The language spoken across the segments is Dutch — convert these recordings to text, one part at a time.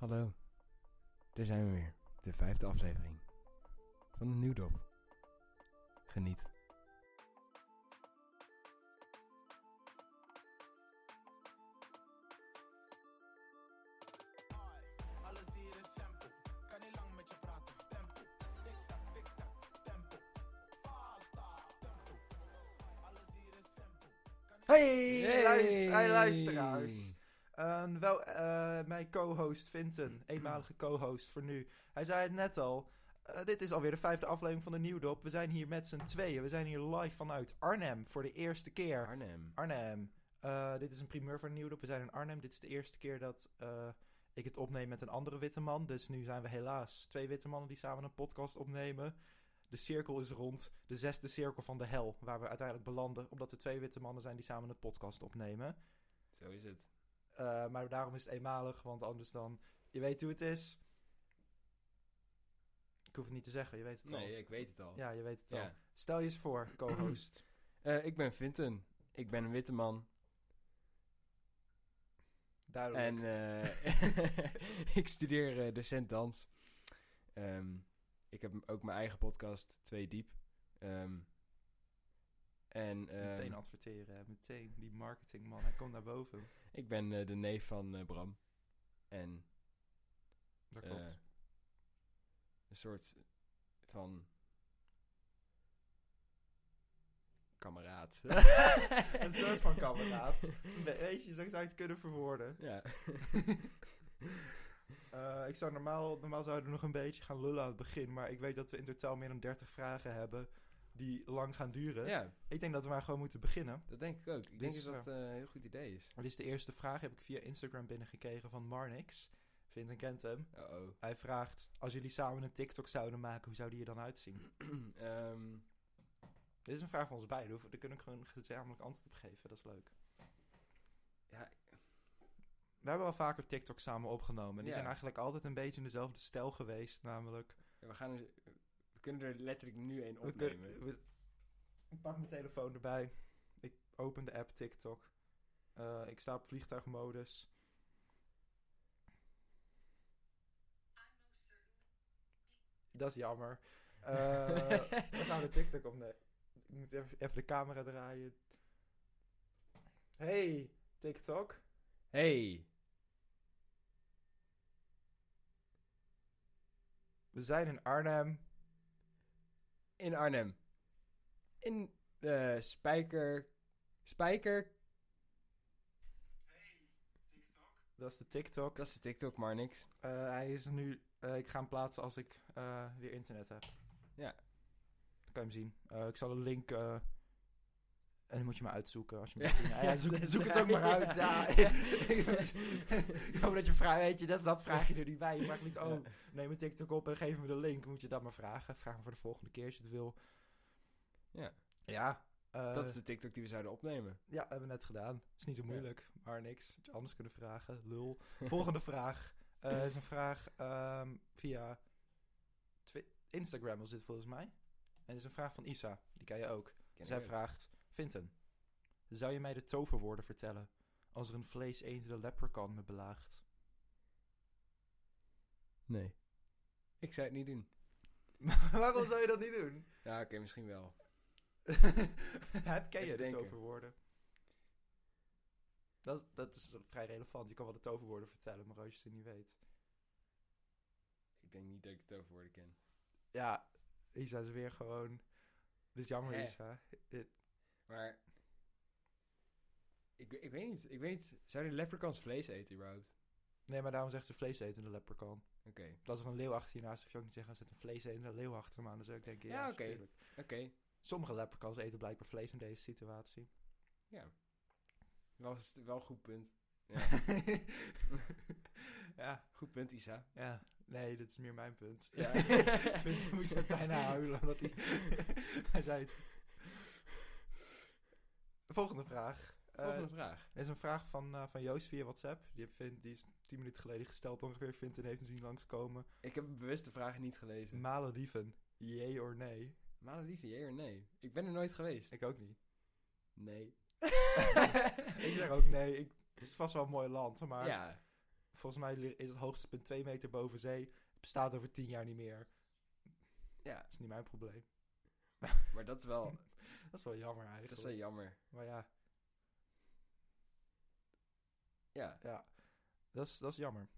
Hallo, daar zijn we weer. De vijfde aflevering van de Nieuwdop. Geniet. Alles hier is tempo. Kan niet lang met je praten. Tempo. Tik tak, tik tak. Tempo. Pasta. Tempo. Alles hier is tempo. Kan niet- Hey, Hey. luister- hey, luisteraars. En wel, eh, mijn co-host Vinten, eenmalige co-host voor nu. Hij zei het net al, eh, dit is alweer de vijfde aflevering van de Nieuwdop. We zijn hier met z'n tweeën, we zijn hier live vanuit Arnhem voor de eerste keer. Arnhem. Arnhem, Eh, dit is een primeur voor de Nieuwdop, we zijn in Arnhem. Dit is de eerste keer dat eh, ik het opneem met een andere witte man. Dus nu zijn we helaas twee witte mannen die samen een podcast opnemen. De cirkel is rond, de zesde cirkel van de hel, waar we uiteindelijk belanden. Omdat er twee witte mannen zijn die samen een podcast opnemen. Zo is het. Eh, maar daarom is het eenmalig, want anders dan... Je weet hoe het is. Ik hoef het niet te zeggen, je weet het Nee, al. ik weet het al. Ja, je weet het al. Ja. Stel je eens voor, co-host. Eh, ik ben Vinten. Ik ben een witte man. Duidelijk. En eh, ik studeer eh, docent dans. Ehm, ik heb ook mijn eigen podcast, Twee Diep. Ehm, en ehm, meteen adverteren, hè, meteen. Die marketingman, hij komt naar boven. ik ben eh, de neef van eh, Bram. En Dat Eh, klopt. een soort van kameraad. een soort van kameraad. We- Weet je, zo zou je het kunnen verwoorden. ja. Eh, ik zou normaal, normaal zouden we nog een beetje gaan lullen aan het begin. Maar ik weet dat we in totaal meer dan 30 vragen hebben die lang gaan duren. ja, Ik denk dat we maar gewoon moeten beginnen. dat denk ik ook. Ik denk Dus, dat dat eh, een heel goed idee is. Dit is de eerste vraag, heb ik via Instagram binnengekregen van Marnix. Vindt en kent hem. Uh-oh. Hij vraagt, als jullie samen een TikTok zouden maken, hoe zou die er dan uitzien? Ehm, Dit is een vraag van ons beiden, hoef- daar kunnen we gewoon gezamenlijk antwoord op geven, dat is leuk. ja, We hebben al vaker TikTok samen opgenomen. Die Ja. zijn eigenlijk altijd een beetje in dezelfde stijl geweest, namelijk... we, gaan er, we kunnen er letterlijk nu één We opnemen. kunnen- we- ik pak mijn telefoon erbij. Ik open de app TikTok. Eh, ik sta op vliegtuigmodus. Dat is jammer. Eh we gaan de TikTok opnemen. Ik moet even, even de camera draaien. Hey, TikTok. Hey, We zijn in Arnhem. in Arnhem. In de Spijker... Spijker? Dat is de TikTok. Dat is de TikTok, maar niks. Eh, hij is nu... eh, ik ga hem plaatsen als ik eh, weer internet heb. Ja. Dan kan je hem zien. Eh, ik zal een link... eh, en dan moet je maar uitzoeken als je hem Ja. wilt zien. Ah, Ja, zoek, het- zoek het ook maar uit. Ja. Ja. ik hoop dat je vraagt, weet je, dat, dat vraag je er niet bij. Je mag niet, oh, neem een TikTok op en geef me de link. Moet je dat maar vragen. Vraag me voor de volgende keer als je het wil. Ja. Ja. eh, dat is de TikTok die we zouden opnemen. ja, hebben we net gedaan. Is niet zo moeilijk, maar niks. Had je anders kunnen vragen. Lul. Volgende vraag. Eh, is een vraag ehm, via Twi- Instagram was dit volgens mij. En is een vraag van Isa. Die ken je ook. Ken Zij ik ook. vraagt... Vinten, zou je mij de toverwoorden vertellen... als er een vleeseend de leprechaun me belaagt? Nee. Ik zou het niet doen. Maar Waarom zou je dat niet doen? Ja, oké, misschien wel. Heb- ken je Even de denken. toverwoorden? Dat, dat is vrij relevant. Je kan wel de toverwoorden vertellen, maar als je ze niet weet... Ik denk niet dat ik het toverwoorden ken. ja, Isa is weer gewoon. Dit is jammer, Hè? Isa. Dit- Maar... Ik, ik weet niet. Ik weet niet. Zouden leprechauns vlees eten überhaupt? Nee, maar daarom zegt ze vleesetende leprechaun. Oké. Dat is er een leeuw achter je naast. Of je ook niet zeggen, zet een vleesetende leeuw achter me aan. Dan zou ik denken, ja, Ja, oké. natuurlijk. Oké. Sommige leprechauns eten blijkbaar vlees in deze situatie. Ja. Wel, st- wel goed punt. Ja, ja. Goed punt, Isa. Nee, dit is meer mijn punt. Ja. ik vind, ik moest net bijna huilen, omdat hij, hij zei het. Volgende vraag. Eh, Volgende vraag. Er is een vraag van, eh, van Joost via WhatsApp. Die, heb Vin- die is tien minuten geleden gesteld ongeveer. Vindt en heeft hem zien langskomen. Ik heb bewust de vragen niet gelezen. Malediven, jee of nee? Malediven, jee of nee? Ik ben er nooit geweest. Ik ook niet. Nee. ik zeg ook nee. Ik, het is vast wel een mooi land, maar ja. Volgens mij li- is het hoogste punt 2 meter boven zee. Het bestaat over 10 jaar niet meer. Ja, Dat is niet mijn probleem. maar dat is wel, Dat is wel jammer dat eigenlijk. is wel jammer. Maar ja, Ja, ja. Dat, is, dat is jammer.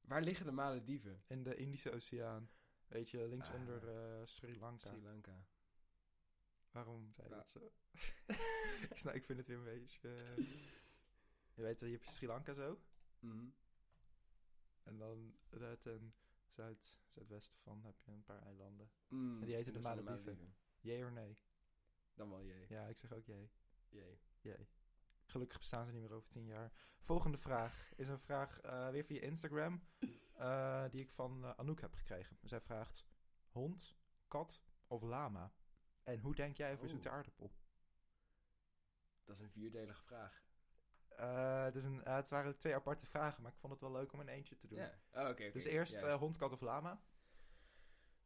waar liggen de Malediven? In de Indische Oceaan. Weet je, linksonder eh Sri Lanka. Ah. Sri Lanka. Waarom zei je Ja. dat zo? ik, snap, ik vind het weer een beetje... eh, je weet wel, je hebt Sri Lanka zo. Mhm. En dan daar ten zuid, zuidwesten van heb je een paar eilanden. Mm, En die heten dat de zijn Malediven. Jee of nee? Dan wel jee. Ja, ik zeg ook jee. Jee. Jee. Gelukkig bestaan ze niet meer over tien jaar. Volgende vraag is een vraag eh, weer via Instagram. eh, die ik van eh, Anouk heb gekregen. Zij vraagt: hond, kat of lama? En hoe denk jij over Oeh. zoete aardappel? Dat is een vierdelige vraag. Eh, het, is een, eh, het waren twee aparte vragen, maar ik vond het wel leuk om in eentje te doen. Ja. Oh, oké. oké. Dus eerst eh, Juist. hond, kat of lama?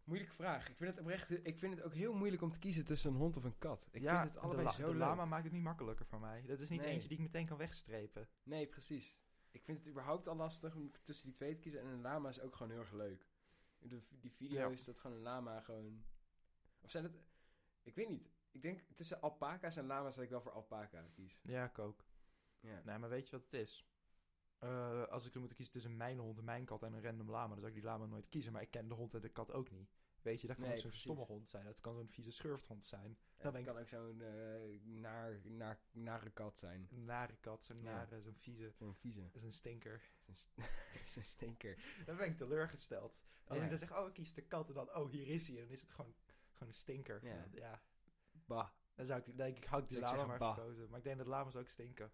Moeilijke vraag. Ik vind, het oprecht, ik vind het ook heel moeilijk om te kiezen tussen een hond of een kat. Ik ja, vind het de allebei la- zo de leuk. lama maakt het niet makkelijker voor mij. Dat is niet Nee. eentje die ik meteen kan wegstrepen. Nee, precies. Ik vind het überhaupt al lastig om tussen die twee te kiezen. En een lama is ook gewoon heel erg leuk. In de, v- die video Ja. is dat gewoon een lama gewoon... Of zijn het... Ik weet niet. Ik denk tussen alpaca's en lama's dat ik wel voor alpaca kies. Ja, ik ook. Ja. Nee, maar weet je wat het is? Eh, als ik zou moeten kiezen tussen mijn hond, mijn kat en een random lama, dan zou ik die lama nooit kiezen. Maar ik ken de hond en de kat ook niet. Weet je, dat kan Nee, ook zo'n precies. stomme hond zijn. Dat kan zo'n vieze schurfthond zijn. En ben het ik- kan ook zo'n eh, naar, naar, nare kat zijn. Een nare kat, zo'n Ja. nare, zo'n vieze, Zo'n vieze. zo'n stinker. Zo'n st- zo'n stinker. Dan ben ik teleurgesteld. Als Ja. ik dan zeg, oh, ik kies de kat en dan, oh, hier is hij. En dan is het gewoon, gewoon een stinker. Ja. Ja. ja. Bah. Dan zou ik, denk ik, had ik die Zou ik lama maar zeggen, bah. gekozen. Maar ik denk dat lama's ook stinken.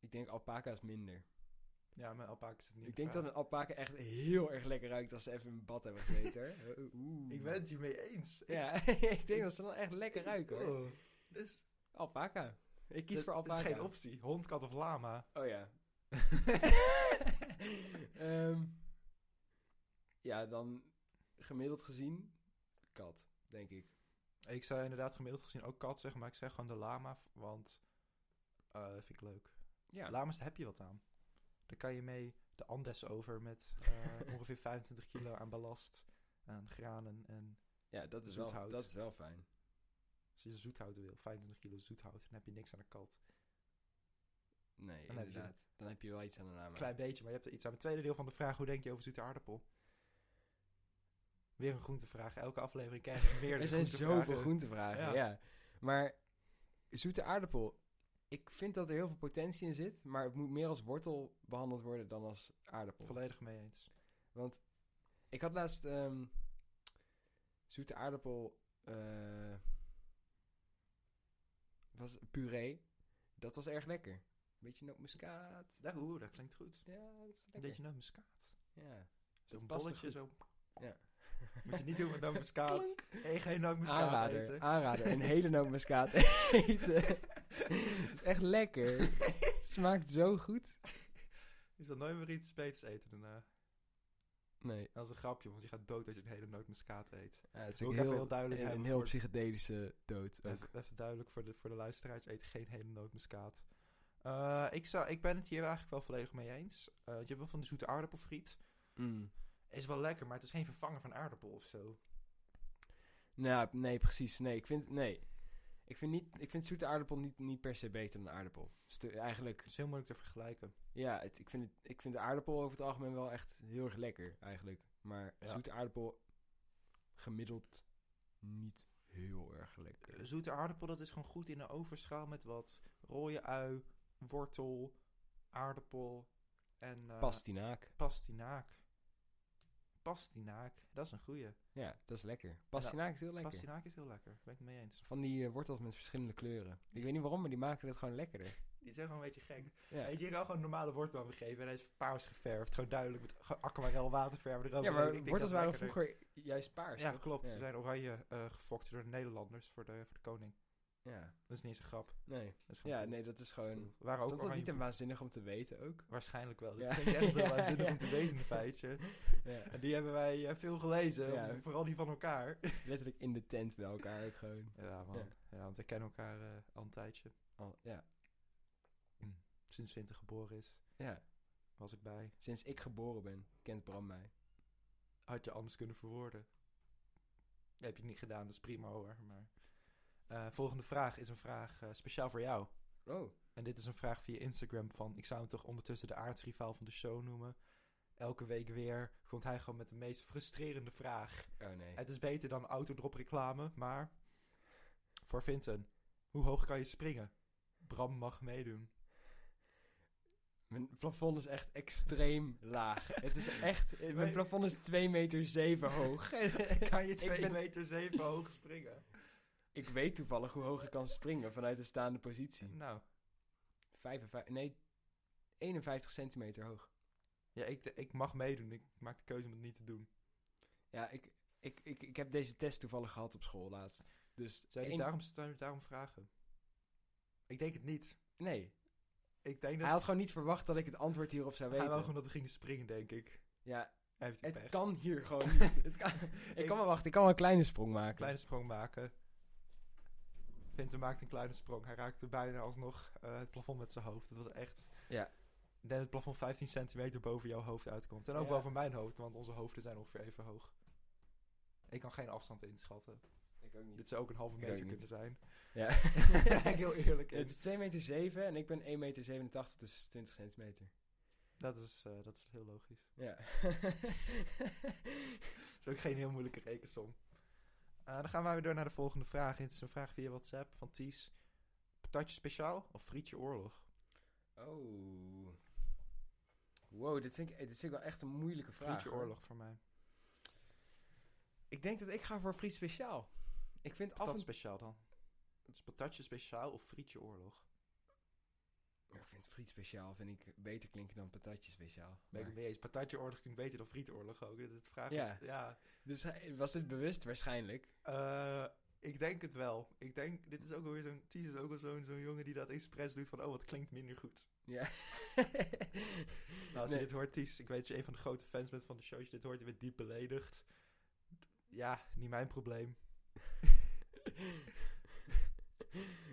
Ik denk alpaca is minder. Ja, mijn alpaca is het niet. ik denk waar. dat een alpaca echt heel erg lekker ruikt als ze even in bad hebben gezeten. hoor. Oeh. Ik ben het hiermee eens. Ik- Ja, ik denk dat ze dan echt lekker ruiken hoor. Oh. Dus Alpaca. Ik kies dat- voor alpaca. Dat is geen optie. Hond, kat of lama. Oh ja. Ehm, ja, dan gemiddeld gezien kat, denk ik. Ik zou inderdaad gemiddeld gezien ook kat zeggen, maar ik zeg gewoon de lama, v- want eh, dat vind ik leuk. Ja. Lama's, daar heb je wat aan. Daar kan je mee de Andes over met eh, ongeveer 25 kilo aan ballast, aan granen en ja, dat is, wel, Zoethout. dat is wel fijn. als je zoethout wil, 25 kilo zoethout, dan heb je niks aan een kat. Nee, Dan heb je inderdaad. dan heb je wel iets aan de naam. Klein beetje, maar je hebt er iets aan. Het tweede deel van de vraag, hoe denk je over zoete aardappel? Weer een groentevraag. Elke aflevering krijg ik meer Er zijn zoveel groentevragen, ja. Ja. Maar zoete aardappel, ik vind dat er heel veel potentie in zit, maar het moet meer als wortel behandeld worden dan als aardappel. Volledig mee eens. Ik had laatst ehm, zoete aardappel. eh, was puree. Dat was erg lekker. Beetje nootmuskaat. Nou, oeh, dat klinkt goed. Ja, dat is Een lekker. beetje nootmuskaat. Ja. Zo'n past er bolletje goed. zo. Ja. Moet je niet doen met nootmuskaat. Klonk. Hey, geen nootmuskaat Aanrader, eten. aanrader. Een hele nootmuskaat eten. Dat is echt lekker. Smaakt zo goed. Is dat nooit meer iets beters eten daarna? Nee, Dat is een grapje, want je gaat dood als je een hele nootmuskaat eet. ja, het is Wil ook ik even heel, heel duidelijk een- een hebben heel voor- psychedelische dood. Ook. Even, even duidelijk voor de, voor de luisteraars, eet geen hele nootmuskaat. Eh, ik, zou, ik ben het hier eigenlijk wel volledig mee eens. Eh, je hebt wel van de zoete aardappelfriet. Mm. Is wel lekker, maar het is geen vervanger van aardappel of zo. Nou, nee, precies. Nee, ik vind, nee. Ik vind, niet, ik vind zoete aardappel niet, niet per se beter dan aardappel. Stu- eigenlijk, Het is heel moeilijk te vergelijken. ja, het, ik, vind het, ik vind de aardappel over het algemeen wel echt heel erg lekker, eigenlijk. Maar Ja. zoete aardappel gemiddeld niet heel erg lekker. Eh, Zoete aardappel, dat is gewoon goed in een overschaal met wat rode ui, wortel, aardappel en... eh, Pastinaak. Pastinaak. Pastinaak, dat is een goeie. Ja, dat is lekker. Pastinaak is heel lekker. Pastinaak is heel lekker, ben ik het mee eens. Van die eh, wortels met verschillende kleuren. Ik weet niet waarom, maar die maken het gewoon lekkerder. Die zijn gewoon een beetje gek. Ja. Weet je, eh, je kan gewoon een normale wortel aan gegeven en hij is paars geverfd. Gewoon duidelijk met ge- aquarel waterverf erover. Ja, Ik maar denk wortels dat waren lekkerder- vroeger juist paars. Ja, toch? klopt. Ze Ja. zijn oranje eh, gefokt door de Nederlanders voor de, voor de koning. ja. Dat is niet eens een grap. Nee. Dat is gewoon ja, cool. nee, dat is Dat is gewoon... cool. We waren Is ook dat niet oranje... een waanzinnig om te weten ook? Waarschijnlijk wel. Dat Ja. klinkt echt zo Ja, waanzinnig ja. om te weten, een feitje. Ja. En die hebben wij eh, veel gelezen. Ja. of Vooral die van elkaar. Letterlijk in de tent bij elkaar ook gewoon. Ja, man. Ja. Ja, want we kennen elkaar eh, al een tijdje. Al- ja. Mm. Sinds Winter geboren is, Ja, was ik bij. sinds ik geboren ben, kent Bram mij. Had je anders kunnen verwoorden. Ja, heb je niet gedaan, dat is prima hoor. Maar, eh, volgende vraag is een vraag eh, speciaal voor jou. Oh, En dit is een vraag via Instagram van... Ik zou hem toch ondertussen de aardsrivaal van de show noemen. Elke week weer komt hij gewoon met de meest frustrerende vraag. oh nee. Het is beter dan autodrop reclame, maar... Voor Vinten, hoe hoog kan je springen? Bram mag meedoen. Mijn plafond is echt extreem laag. Het is echt... eh, Mijn Maar- plafond is 2 meter zeven hoog. Kan je Ik 2 ben- meter 7 hoog springen? ik weet toevallig hoe hoog ik kan springen vanuit een staande positie. Nou, 55... Nee, 51 centimeter hoog. ja, ik, ik mag meedoen. Ik maak de keuze om het niet te doen. Ja, ik, ik, ik, ik heb deze test toevallig gehad op school laatst. Dus Zou je één- daarom, zou je daarom vragen? Ik denk het niet. Nee, Ik denk dat... hij had gewoon niet verwacht dat ik het antwoord hierop zou Hij weten. wou gewoon dat we gingen springen, denk ik. Ja, Hij heeft die het pech. kan hier gewoon niet. Het kan... Ik Ik- kan wel wachten, ik kan wel een kleine sprong maken. kleine sprong maken. Vinter maakt een kleine sprong. Hij raakte bijna alsnog eh, het plafond met zijn hoofd. Het was echt... Ja. Ik denk dat het plafond 15 centimeter boven jouw hoofd uitkomt. En ook Ja. boven mijn hoofd, want onze hoofden zijn ongeveer even hoog. Ik kan geen afstand inschatten. Ik ook niet. Dit zou ook een halve Ik ook meter niet. kunnen zijn. Ja. Heel eerlijk. Het is 2 meter 7 en ik ben 1 meter 87, dus 20 centimeter. Dat is, eh, dat is heel logisch. Ja. Het is ook geen heel moeilijke rekensom. Eh, dan gaan we weer door naar de volgende vraag. Het is een vraag via WhatsApp van Ties. Patatje speciaal of frietje oorlog? oh. Wow, dit vind, ik, dit vind ik wel echt een moeilijke vraag. Frietje hoor. oorlog voor mij. Ik denk dat ik ga voor friet speciaal. Ik vind af en Patat speciaal dan. Het is patatje speciaal of frietje oorlog? Ik vind friet speciaal vind ik beter klinken dan patatje speciaal. Ben ik het Maar- mee eens. Patatje oorlog klinkt beter dan friet oorlog ook. Dit- dit vraag Ja. ja. Dus hij- was dit bewust? Waarschijnlijk. Eh, ik denk het wel. Ik denk, dit is ook weer zo'n, Ties is ook wel zo'n zo'n jongen die dat expres doet van, oh, wat klinkt minder goed. Ja. Nou, als Nee, je dit hoort, Ties, ik weet dat je een van de grote fans bent van de show. Als je dit hoort, je bent diep beledigd. Ja, niet mijn probleem.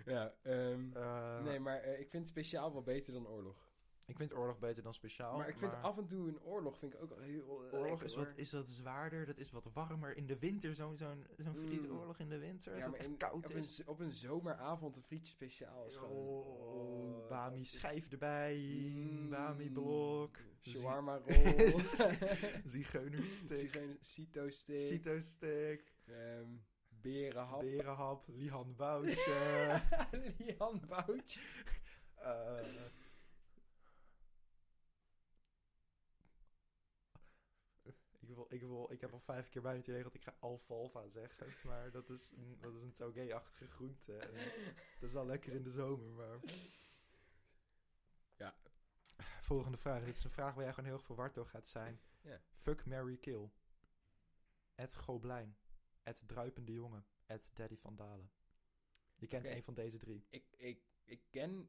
ja, ehm, Eh, nee, maar eh, ik vind speciaal wel beter dan oorlog. Ik vind oorlog beter dan speciaal. maar ik vind af en toe een oorlog vind ik ook wel heel Oorlog lekker, is hoor. wat, is wat zwaarder, dat is wat warmer in de winter. Zo'n zo'n zo'n Mm. friet oorlog in de winter, als Ja, het maar echt in- koud op een, is. z- op een zomeravond een frietje speciaal is gewoon... Oh, oh, Bami dat is- schijf erbij, Mm, Bami blok, Shawarma roll. Zigeuner stick, Zigeuner- Cito stick. Cito stick, ehm, berenhap. berenhap, Lihan Boutje. Lian Boutje. eh, Ik, wil, ik, wil, ik heb al vijf keer bijna het idee dat ik ga alfalfa zeggen. Maar dat is een, dat is een tauge-achtige groente. En dat is wel lekker in de zomer, maar... Ja. Volgende vraag. Dit is een vraag waar jij gewoon heel verward door gaat zijn. Ja. Fuck, Mary kill. Het Goblijn. Het Druipende Jongen. Het Daddy van Dalen. Je kent Oké. een van deze drie. Ik, ik, ik ken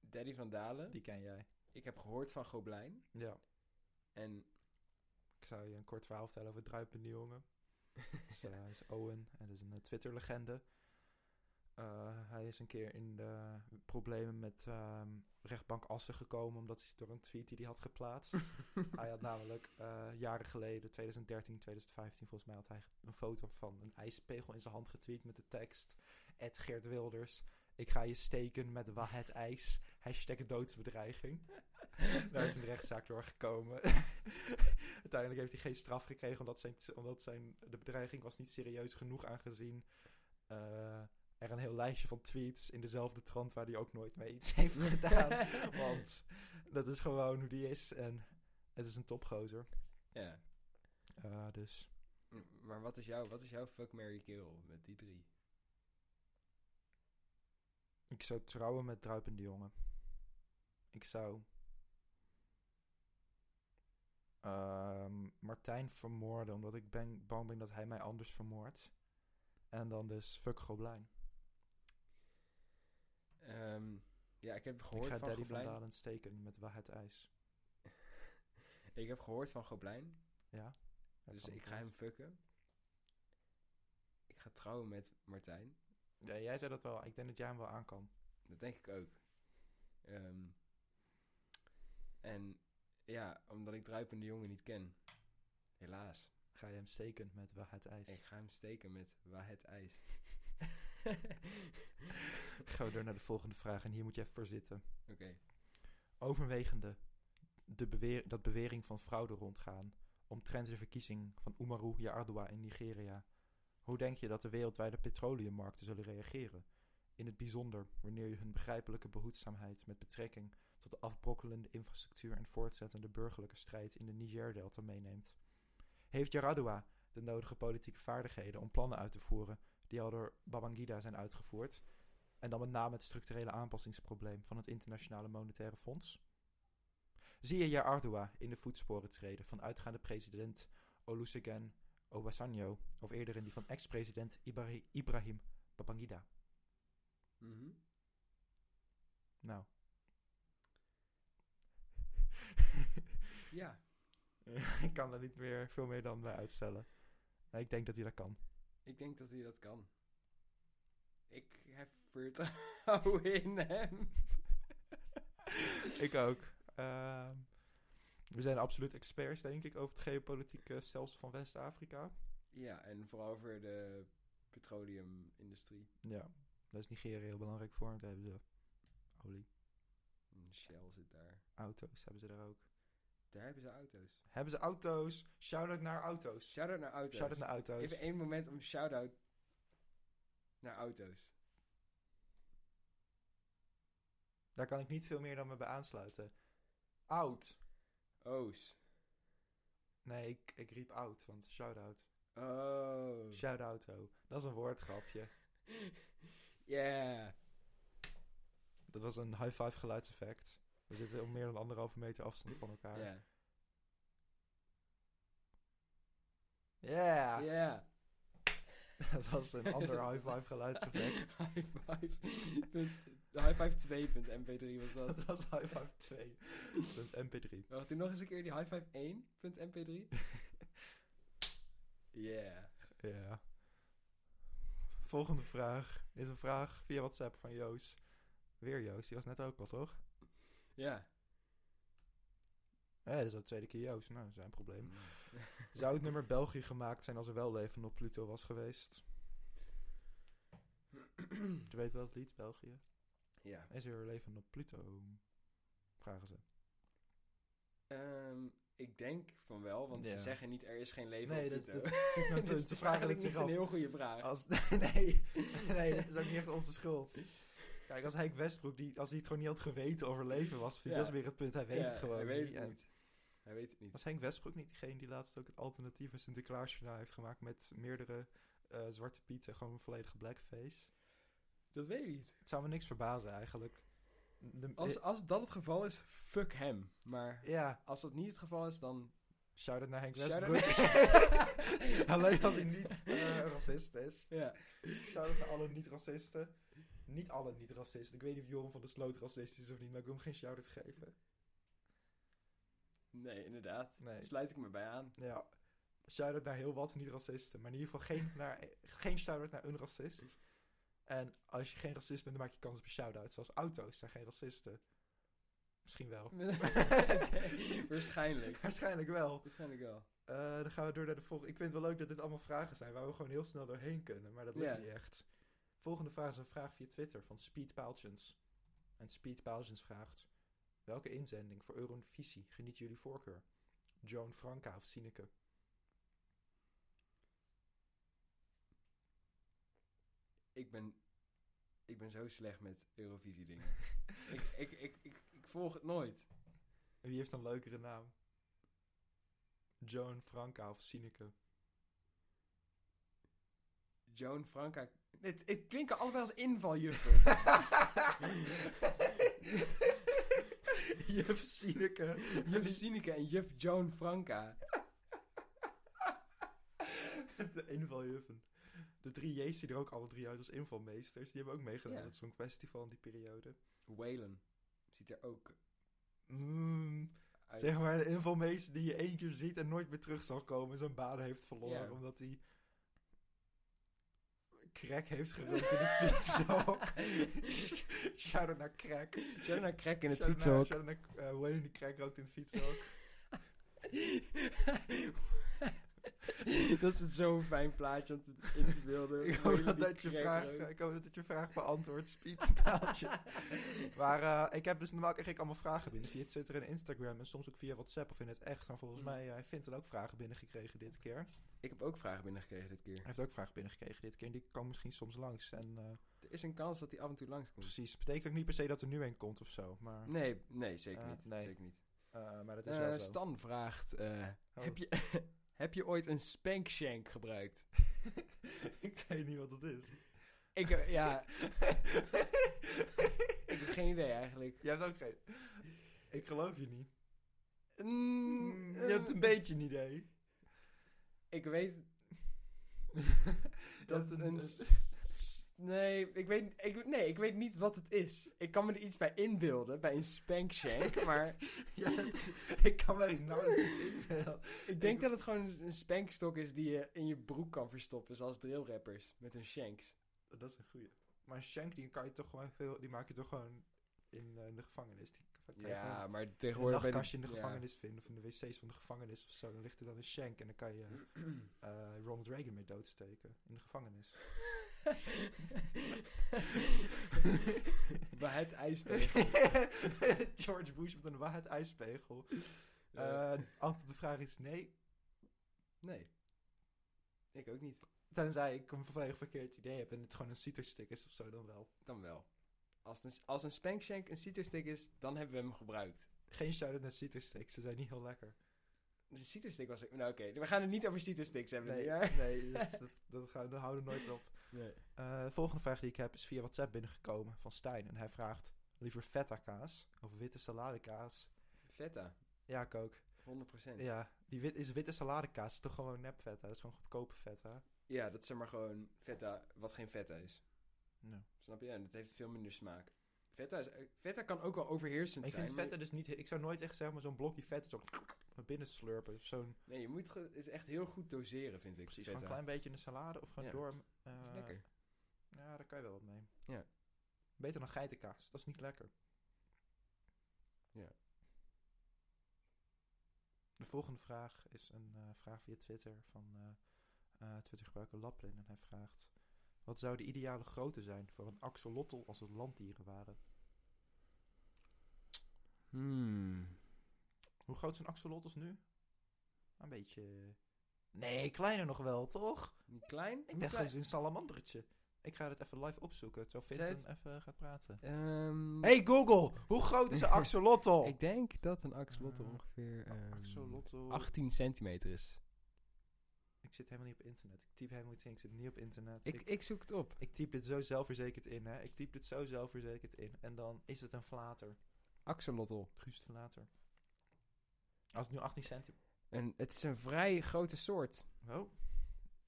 Daddy van Dalen. Die ken jij. Ik heb gehoord van Goblijn. Ja. En Ik zou je een kort verhaal vertellen over Druipende Jongen. Dat is, eh, hij is Owen en dat is een eh, Twitter-legende. Eh, hij is een keer in de problemen met ehm, rechtbank Assen gekomen... omdat hij door een tweet die hij had geplaatst. hij had namelijk eh, jaren geleden, 2013, 2015 volgens mij... had hij een foto van een ijspegel in zijn hand getweet met de tekst... Ed Geert Wilders, ik ga je steken met wa het ijs. Hashtag doodsbedreiging. Daar is een rechtszaak doorgekomen. Uiteindelijk heeft hij geen straf gekregen omdat, zijn, omdat zijn, de bedreiging was niet serieus genoeg aangezien eh, er een heel lijstje van tweets in dezelfde trant waar hij ook nooit mee iets heeft gedaan. Want dat is gewoon hoe die is en het is een topgozer. ja. Eh, dus M- Maar wat is, jouw, wat is jouw fuck Mary Kill met die drie? ik zou trouwen met Druipende Jongen. Ik zou ehm, Martijn vermoorden omdat ik ben, bang ben dat hij mij anders vermoordt. En dan dus fuck Goblijn. Ehm, ja, ik heb Ik gehoord ga van Daddy Goblijn. van Dalen steken met wa- het ijs. ik heb gehoord van Goblijn. Ja. Ja, dus van ik ga hem fucken. Ik ga trouwen met Martijn. Ja, jij zei dat wel. Ik denk dat jij hem wel aan kan. Dat denk ik ook. Ehm, En ja, omdat ik druipende jongen niet ken. Helaas. Ga je hem steken met wa- het ijs? Ik ga hem steken met waar het ijs. Gaan we door naar de volgende vraag en hier moet je even voor zitten. Oké. Overwegende de beweer, dat bewering van fraude rondgaan omtrent de verkiezing van Umaru Yar'Adua in Nigeria. Hoe denk je dat de wereldwijde petroleummarkten zullen reageren? In het bijzonder wanneer je hun begrijpelijke behoedzaamheid met betrekking tot de afbrokkelende infrastructuur en voortzettende burgerlijke strijd in de Niger-delta meeneemt. Heeft Yar'Adua de nodige politieke vaardigheden om plannen uit te voeren die al door Babangida zijn uitgevoerd? En dan met name het structurele aanpassingsprobleem van het Internationale Monetaire Fonds? Zie je Yar'Adua in de voetsporen treden van uitgaande president Olusegun Obasanjo of eerder in die van ex-president Ibra- Ibrahim Babangida? Mhm. Nou. Ja, ik kan er niet meer veel meer dan bij uitstellen. Nou, ik denk dat hij dat kan. ik denk dat hij dat kan. Ik heb vertrouwen in hem. ik ook. Ehm, we zijn absoluut experts, denk ik, over het geopolitieke stelsel van West-Afrika. Ja, en vooral over de petroleumindustrie. Ja, daar is Nigeria heel belangrijk voor. want Daar hebben ze olie, En Shell zit daar. auto's hebben ze daar ook. Daar hebben ze auto's. Hebben ze auto's? Shout-out naar auto's. Shout-out naar auto's. Shout-out naar auto's. Even één moment om shout-out naar auto's. Daar kan ik niet veel meer dan me bij aansluiten. Out. O's. Nee, ik, ik riep out, want shout-out. Oh. Shout-auto. Dat is een woordgrapje. Yeah. Dat was een high-five geluidseffect. We zitten op meer dan anderhalve meter afstand van elkaar. Ja. Yeah. Yeah. Dat was een ander high five geluidseffect. High five. High five 2.mp3 was dat. Dat was high five 2. Punt mp3. Wacht, doe nog eens een keer die high five 1.mp3. Yeah. Ja. Volgende vraag is een vraag via WhatsApp van Joos. Weer Joos, die was net ook al, toch? Ja. Ja, dat is al de tweede keer Joos. Nou, zijn probleem. Zou het nummer België gemaakt zijn als er wel leven op Pluto was geweest? Je weet wel het lied, België. ja. Is er leven op Pluto? Vragen ze. Ehm, ik denk van wel, want Ja. ze zeggen niet er is geen leven Nee, op dat, Pluto. dat is mijn Dus punt. het De is vraag eigenlijk niet ligt zich een af. heel goede vraag. Als, nee, nee, dat is ook niet echt onze schuld. Kijk, als Henk Westbroek, die, als hij het gewoon niet had geweten of er leven was, Ja. dat is weer het punt. Hij weet Ja, het gewoon Hij weet niet. het En niet. Hij weet het niet. Was Henk Westbroek niet degene die laatst ook het alternatieve Sinterklaasjournaal heeft gemaakt met meerdere eh, zwarte pieten, gewoon een volledige blackface? Dat weet ik niet. Het zou me niks verbazen eigenlijk. De- eh, Als, als dat het geval is, fuck hem. Maar ja, als dat niet het geval is, dan... shout-out naar Henk Shout-out Westbroek. Alleen als hij niet eh, racist is. Ja. Shout-out naar alle niet-racisten. Niet alle niet-racisten. Ik weet niet of Joren van der Sloot racist is of niet, maar ik wil hem geen shout-out geven. Nee, inderdaad. Nee. Sluit ik me bij aan. Ja. Shout-out naar heel wat niet-racisten. Maar in ieder geval geen, naar, geen shout-out naar een racist. En als je geen racist bent, dan maak je kans op een shout-out. Zoals auto's zijn geen racisten. Misschien wel. Oké, Waarschijnlijk. Waarschijnlijk wel. Waarschijnlijk wel. Eh, dan gaan we door naar de volgende. Ik vind het wel leuk dat dit allemaal vragen zijn waar we gewoon heel snel doorheen kunnen. Maar dat lukt Ja. niet echt. Volgende vraag is een vraag via Twitter van Speed Paaltjens. En Speed Paaltjens vraagt... Welke inzending voor Eurovisie geniet jullie voorkeur? Joan Franka of Sineke? Ik ben... Ik ben zo slecht met Eurovisie dingen. ik, ik, ik, ik, ik volg het nooit. En wie heeft een leukere naam? Joan Franka of Sineke? Joan Franka... Het, het klinken allebei als invaljuffen. Juf Sineke. Juf Sineke en juf Joan Franka. De invaljuffen. De drie J's die er ook alle drie uit als invalmeesters, die hebben ook meegedaan Ja. met zo'n festival in die periode. Waylon ziet er ook Mm, uit. zeg maar de invalmeester die je één keer ziet en nooit meer terug zal komen, zijn baan heeft verloren Ja. omdat hij crack heeft gerookt in de fietshok. Shout-out naar crack. Shout-out naar crack in het Shout-out fietshok. naar- Shout-out naar eh, hoe heet die crack rookt in het fietshok. dat is zo'n fijn plaatje om te, in te beelden. Ik Hoe hoop dat jullie dat je crack vraag, eh, roken. ik hoop dat het je vraag beantwoordt, speedpaaltje. maar eh, ik heb dus normaal krijg ik allemaal vragen binnen via Twitter en Instagram en soms ook via WhatsApp of in het echt. Maar volgens Hmm. mij, eh, hij vindt er ook vragen binnengekregen dit keer. Ik heb ook vragen binnengekregen dit keer. Hij heeft ook vragen binnengekregen dit keer en die komen misschien soms langs. En eh, Er is een kans dat hij af en toe langskomt. precies, betekent ook niet per se dat er nu een komt of zo, maar, Nee, nee, zeker Eh, niet. nee. Zeker niet. eh, maar dat is wel Mm. Eh, zo. Stan vraagt, eh, Oh. heb, je, heb je ooit een spankshank gebruikt? ik weet niet wat dat is. Ik, eh, ja, ik heb geen idee eigenlijk. Jij hebt ook geen... Ik geloof je niet. Mm, Je hebt een eh, beetje een idee. Ik weet Je dat hebt een... dus s- Nee ik, weet, ik, nee, ik weet niet wat het is. Ik kan me er iets bij inbeelden, bij een spankshank, maar... Ja, dat is- ik kan me echt nauwelijks iets inbeelden. Ik denk dat het gewoon een spankstok is die je in je broek kan verstoppen, zoals drillrappers met hun shanks. Dat is een goeie. Maar een shank, die, kan je toch gewoon veel, die maak je toch gewoon in, eh, in de gevangenis. Die kan kan je gewoon in maar een nachtkastje in de gevangenis vinden. Of in de wc's van de gevangenis of zo. Dan ligt er dan een shank en dan kan je eh, Ronald Reagan mee doodsteken. In de gevangenis. Bij het ijsbeer. George Bush met een waard ijspegel. Eh, antwoord op de vraag is nee. nee. Ik ook niet. Tenzij ik een volledig verkeerd idee heb en het gewoon een citerstick is of zo dan wel. Dan wel. Als een, als een spankshank een citrusstick is, dan hebben we hem gebruikt. Geen shout-out naar citersticks, ze zijn niet heel lekker. De citrusstick was... Nou oké, we gaan het niet over citrussticks hebben. Nee, ja? nee dat, dat, dat gaan, daar houden we nooit op. nee. Eh, de volgende vraag die ik heb is via WhatsApp binnengekomen van Stijn. En hij vraagt, liever feta kaas of witte saladekaas? Feta, Ja, ik ook. 100%. Ja. Ja, die wit, is witte saladekaas is toch gewoon nep feta? Dat is gewoon goedkope feta. dat is zeg maar gewoon feta wat geen feta is. Ja. Snap je? En dat heeft veel minder smaak. Feta, is, eh, feta kan ook wel overheersend Ik zijn. vind maar- feta dus niet... Ik zou nooit echt zeg maar zo'n blokje feta zo naar binnen slurpen. Of Zo'n, Nee, je moet ge- het is echt heel goed doseren, vind ik. precies, feta. gewoon een klein beetje in de salade of gewoon Ja. door... eh, Lekker. Ja, daar kan je wel wat mee. Ja. Beter dan geitenkaas, dat is niet lekker. Ja. De volgende vraag is een eh, vraag via Twitter van eh, eh, Twittergebruiker Laplin. En hij vraagt, wat zou de ideale grootte zijn voor een axolotl als het landdieren waren? Hoe groot zijn axolotls nu? Een beetje... Nee, kleiner nog wel, toch? Niet Klein? Ik Niet dacht gewoon klein. een salamandertje. Ik ga dit even live opzoeken, terwijl Zet- Vincent even gaat praten. Ehm, Hey Google, hoe groot is een axolotl? Ik denk dat een axolotl Eh, ongeveer ehm, axolotl. 18 centimeter is. Ik zit helemaal niet op internet. Ik typ helemaal iets in. Ik zit niet op internet. Ik, ik zoek het op. ik typ dit zo zelfverzekerd in, hè. Ik typ dit zo zelfverzekerd in. En dan is het een flater. Axolotl. Guust flater. Als het nu 18 centimeter... En het is een vrij grote soort Oh,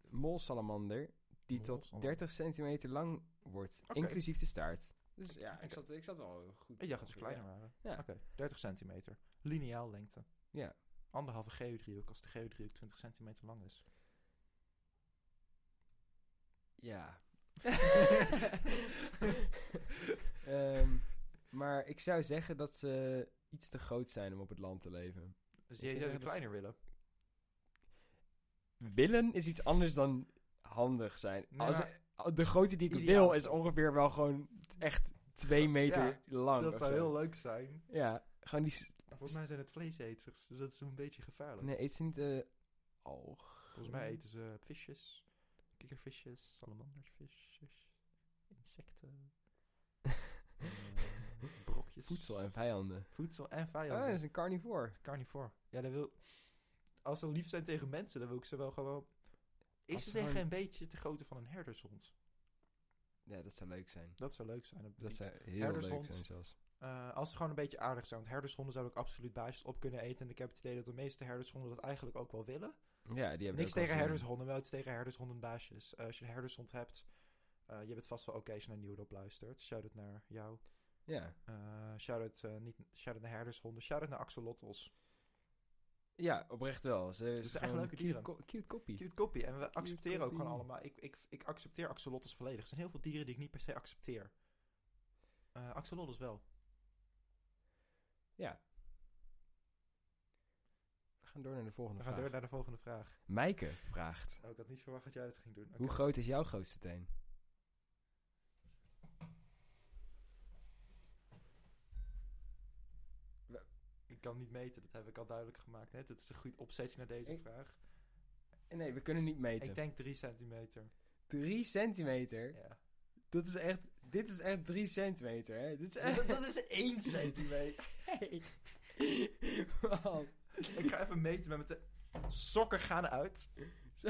molsalamander die tot Molsalamander. 30 centimeter lang wordt, Oké. inclusief de staart. Dus ja, ik Oké. zat, ik zat wel goed. ik dacht dat ze ongeveer, kleiner ja. waren. Ja. Oké, 30 centimeter. Lineaal lengte. Ja. Anderhalve geodriehoek als de geodriehoek 20 centimeter lang is. Ja. Ehm, maar ik zou zeggen dat ze iets te groot zijn om op het land te leven. Dus Ik jij zeg zou ze dat ze- kleiner willen? Willen is iets anders dan handig zijn. Nee, Als, maar- de grootte die ik Ideaal wil is is dat. ongeveer wel gewoon echt twee meter lang. Dat of zou zo. heel leuk zijn. Ja, gewoon die... s- Volgens mij zijn het vleeseters, dus dat is een beetje gevaarlijk. Nee, eet ze niet... eh alg. Volgens mij eten ze visjes, kikkervisjes, salamandersvisjes, insecten, eh, brokjes. Voedsel en vijanden. Voedsel en Oh, dat vijanden. is een carnivore. Carnivore. Ja, dat wil... Als ze lief zijn tegen mensen, dan wil ik ze wel gewoon... Als Is ze ze gewoon- tegen een beetje te grootte van een herdershond? Ja, dat zou leuk zijn. Dat zou leuk zijn. Dat zou heel Herdershond. leuk zijn zelfs. Eh, als ze gewoon een beetje aardig zijn. Want herdershonden zouden ook absoluut baasjes op kunnen eten. En ik heb het idee dat de meeste herdershonden dat eigenlijk ook wel willen. Ja, die hebben Niks ook wel tegen zin in. herdershonden, wel iets tegen herdershondenbaasjes. Eh, als je een herdershond hebt, eh, je hebt het vast wel oké als je naar Nieuwdorp luistert. Shout-out naar jou. Ja, Eh shout-out, eh, niet, shout-out naar herdershonden. Shout-out naar axolotls. Ja, oprecht wel. Ze, is is echt gewoon leuke cute dieren. ko- Cute koppie. Cute koppie. En we accepteren ook gewoon koppie. allemaal. Ik, ik, ik accepteer axolotls volledig. Er zijn heel veel dieren die ik niet per se accepteer. Eh axolotls wel. Ja. We gaan door naar de volgende We gaan vraag. door naar de volgende vraag. Mijke vraagt: Oh, ik had niet verwacht dat jij het ging doen. Oké. Hoe groot is jouw grootste teen? Ik kan niet meten, dat heb ik al duidelijk gemaakt net. Het is een goed opzetje naar deze Ik- vraag. Nee, we kunnen niet meten. Ik denk 3 centimeter. 3 centimeter? Ja. Dat is echt, dit is echt 3 centimeter, hè? Dit is dat, echt... dat is 1 centimeter. Hey. Man. ik ga even meten met mijn... te- Sokken gaan uit. Zo.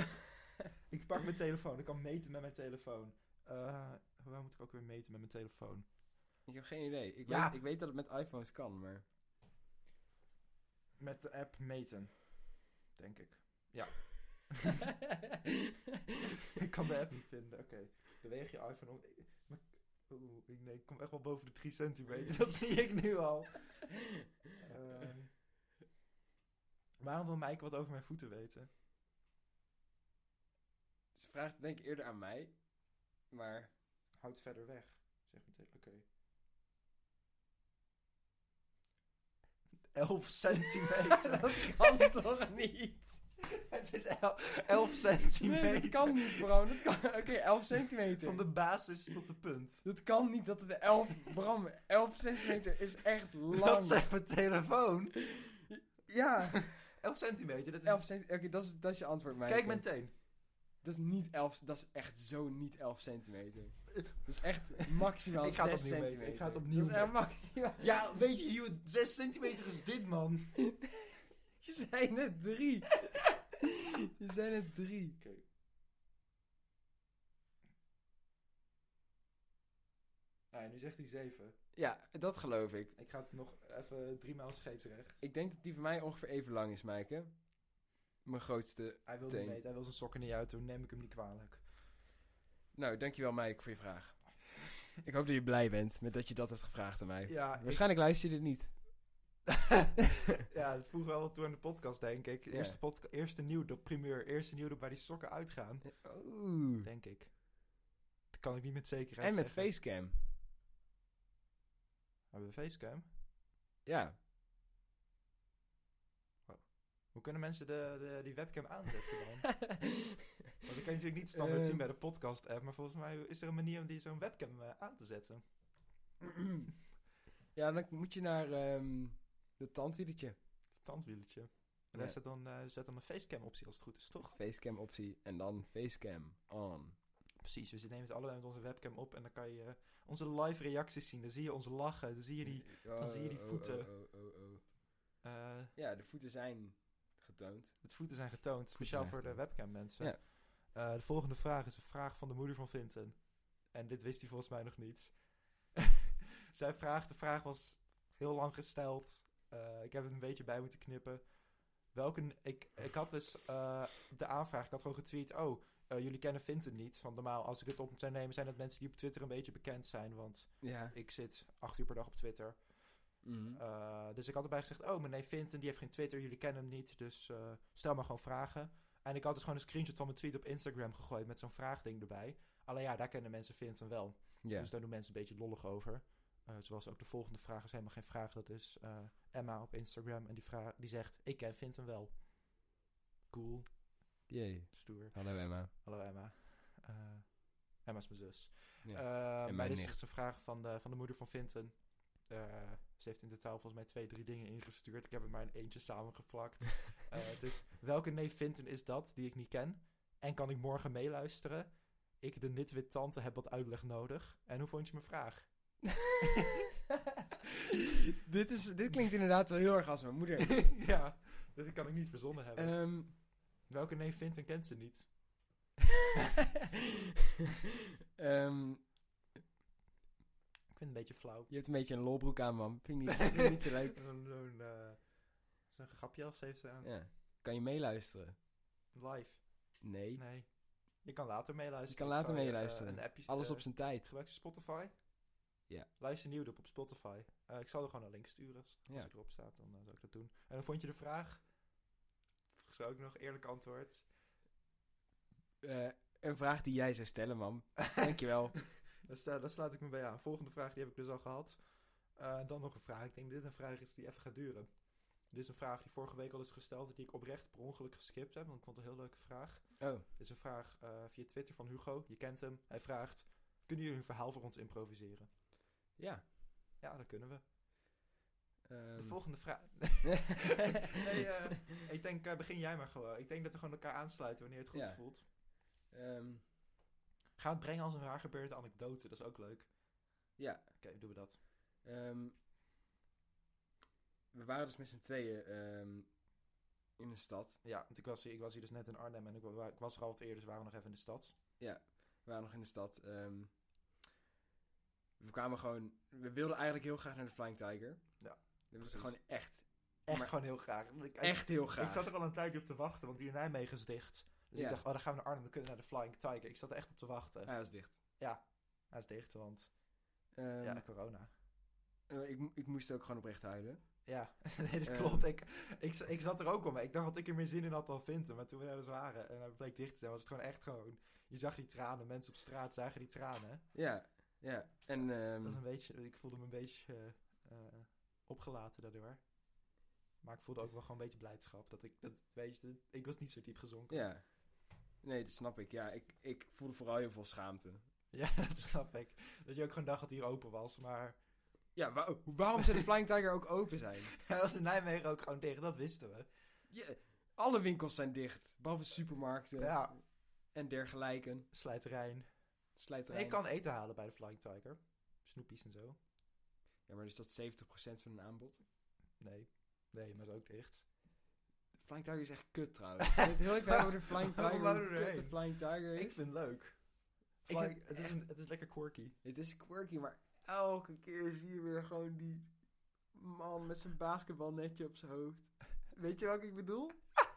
Ik pak mijn telefoon. Ik kan meten met mijn telefoon. Eh waar moet ik ook weer meten met mijn telefoon? Ik heb geen idee. Ik, Ja. weet, ik weet dat het met iPhones kan, maar... Met de app meten. Denk ik. Ik kan de app niet vinden. Oké. Beweeg je iPhone om... Maar- Oeh, ik- nee, ik kom echt wel boven de 3 centimeter. Dat zie ik nu al. Ehm, waarom wil Mike wat over mijn voeten weten? Ze vraagt het denk ik eerder aan mij, maar... Houd verder weg. Zeg meteen. Oké. 11 centimeter. dat kan toch niet? Het is 11 centimeter. Nee, dat kan niet, bro. Dat kan- Oké, 11 centimeter. Van de basis tot de punt. Dat kan niet dat het 11... Bram, 11 centimeter is echt lang. Dat zegt mijn telefoon. Ja, 11 centimeter. Dat is... 11 centimeter. Oké, dat, is, dat is je antwoord, mij. Kijk mijn teen. Dat is niet 11, dat is echt zo niet 11 centimeter. Dat is echt maximaal Ik ga het 6 opnieuw meten. centimeter. Ik ga het opnieuw Dat is echt meten. maximaal. Ja, weet je, nieuwe 6 centimeter is dit, man. Je zijn net 3. Je zijn net 3. Oké. Nou, nu zegt hij 7. Ja, dat geloof ik. Ik ga het nog even drie maal scheepsrecht. Ik denk dat die van mij ongeveer even lang is, Maaike. Mijn grootste. Hij wil Teen. niet meten, hij wil zijn sokken niet uit doen, neem ik hem niet kwalijk. Nou, dankjewel Maaike voor je vraag. Ik hoop dat je blij bent met dat je dat hebt gevraagd aan mij. Ja, ik- Waarschijnlijk luister je dit niet. ja, dat voegen we wel wat toe aan de podcast, denk ik. Ja. Eerste, podca- eerste nieuwdop, primeur, eerste nieuwdop waar die sokken uitgaan, Oeh. denk ik. Dat kan ik niet met zekerheid En met zeggen. facecam. Hebben we facecam? Ja. Hoe kunnen mensen de, de, die webcam aanzetten dan? Want dat kan je natuurlijk niet standaard Ehm. zien bij de podcast-app, maar volgens mij is er een manier om die zo'n webcam eh, aan te zetten. ja, dan moet je naar ehm dat tandwieletje. Tandwieletje. En Ja. daar zet dan, eh, zet dan een facecam-optie als het goed is, toch? Facecam optie en dan facecam on. Precies, dus we nemen het allebei met onze webcam op en dan kan je eh, onze live reacties zien. Dan zie je ons lachen, dan zie je die... dan zie je die Oh, voeten. oh, oh, oh, oh. eh, Ja, de voeten zijn getoond. Het voeten zijn getoond, speciaal zijn voor de getoond. webcam mensen. Ja. Eh, de volgende vraag is een vraag van de moeder van Vinten. En dit wist hij volgens mij nog niet. Zij vraagt, de vraag was heel lang gesteld. Eh, ik heb het een beetje bij moeten knippen. Welke, ik, ik had dus eh, de aanvraag, ik had gewoon getweet, oh, eh, jullie kennen Vinten niet. Want normaal, als ik het op zou nemen, zijn dat mensen die op Twitter een beetje bekend zijn. Want Ja. Oh. ik zit acht uur per dag op Twitter. Mhm. Eh, dus ik had erbij gezegd, oh, mijn neef Vinten, die heeft geen Twitter, jullie kennen hem niet, dus eh, stel maar gewoon vragen. En ik had dus gewoon een screenshot van mijn tweet op Instagram gegooid met zo'n vraagding erbij. Alleen ja, daar kennen mensen Vinten wel. ja. Dus daar doen mensen een beetje lollig over. Eh, zoals ook de volgende vraag is helemaal geen vraag, dat is eh, Emma op Instagram. En die, vraag, die zegt, ik ken Vinten wel. Cool, Jee. stoer. Hallo Emma. Hallo Emma. Eh, Emma is mijn zus. Ja. Eh, En maar mijn dit is nicht. dus een vraag van de, van de moeder van Vinten. Eh, ze heeft in totaal volgens mij twee, drie dingen ingestuurd. Ik heb er maar een eentje samengeplakt. Eh, het is, welke neef Vinten is dat die ik niet ken? En kan ik morgen meeluisteren? Ik, de nitwit tante, heb wat uitleg nodig. En hoe vond je mijn vraag? dit, is, dit klinkt inderdaad wel heel erg als mijn moeder. ja, dat kan ik niet verzonnen hebben. Ehm, welke neef Vinten kent ze niet? ehm, Ik vind het een beetje flauw. je hebt een beetje een lolbroek aan, man. Vind ik niet, vind ik niet zo leuk. Zo'n zo'n, eh, zo'n grapjas heeft ze aan. Ja. Kan je meeluisteren? Live. Nee. Nee. Je kan later meeluisteren. Je kan later Ik zou eh, meeluisteren. een appje, Alles eh, op zijn tijd. Gebruik je Spotify? Ja. Luister nieuwdop op Spotify. Eh, ik zal er gewoon een link sturen. Als, als Ja. ik erop staat, dan eh, zal ik dat doen. En dan vond je de vraag... zo ook nog. Eerlijk antwoord. Eh, een vraag die jij zou stellen, man. Dankjewel. Daar, sta- daar sluit ik me bij aan. Volgende vraag, die heb ik dus al gehad. Eh, dan nog een vraag. Ik denk dat dit een vraag is die even gaat duren. Dit is een vraag die vorige week al is gesteld. en Die ik oprecht per ongeluk geskipt heb. Want ik vond het een heel leuke vraag. Oh, Dit is een vraag eh, via Twitter van Hugo. Je kent hem. Hij vraagt, kunnen jullie een verhaal voor ons improviseren? ja. Ja, dat kunnen we. De ehm. volgende vraag... nee, eh, ik denk, eh, begin jij maar gewoon. Ik denk dat we gewoon elkaar aansluiten wanneer het goed Ja. voelt. Ehm, Ga het brengen als een raar gebeurde anekdote. Dat is ook leuk. ja. Oké, doen we dat. ehm, we waren dus met z'n tweeën ehm, in een stad. Ja, want ik was, hier, ik was hier dus net in Arnhem en ik, wa- ik was er al wat eerder, dus we waren nog even in de stad. We waren nog in de stad. ehm. we kwamen gewoon... We wilden eigenlijk heel graag naar de Flying Tiger. Ja, We wilden precies. gewoon echt, Echt Maar- gewoon heel graag. Want Ik, echt heel graag. Ik zat er al een tijdje op te wachten, want die in Nijmegen is dicht. Dus Ja. ik dacht, oh, dan gaan we naar Arnhem, we kunnen naar de Flying Tiger. Ik zat er echt op te wachten. Hij was dicht. Hij is dicht, want Ehm, ja, corona. eh, ik, mo- ik moest ook gewoon oprecht huilen. Ja, nee, dat Ehm. klopt. Ik, ik, z- ik zat er ook om. Ik dacht dat ik er meer zin in had dan Vinten. Maar toen we daar dus waren en hij bleek dicht te zijn, was het gewoon echt gewoon... Je zag die tranen. Mensen op straat zagen die tranen. Ja, ja. En ehm, Dat was een beetje... Ik voelde me een beetje eh, eh, opgelaten daardoor. Maar ik voelde ook wel gewoon een beetje blijdschap. Dat ik... Dat, weet je, dat- ik was niet zo diep gezonken. ja. Nee, dat snap ik. Ja, ik, ik voelde vooral heel veel schaamte. Ja, dat snap ik. Dat je ook gewoon dacht dat hij hier open was. Maar Ja, wa- waarom zou de Flying Tiger ook open zijn? hij was in Nijmegen ook gewoon tegen. Dat wisten we. Je- alle winkels zijn dicht, behalve supermarkten Ja, en dergelijke. slijterijn. Slijterij. Ik kan eten halen bij de Flying Tiger. Snoepies en zo. Ja, maar is dat 70% van een aanbod? Nee. Nee, maar is ook dicht. De Flying Tiger is echt kut trouwens. Ik wil het heel even hebben over de Flying Waarom Tiger. wouden hoe we kut de erheen? Flying Tiger Ik is. vind het leuk. Ik Flying- vind het, is een- het is lekker quirky. Het is quirky, maar elke keer zie je weer gewoon die man met zijn basketbalnetje op zijn hoofd. Weet je wat ik bedoel?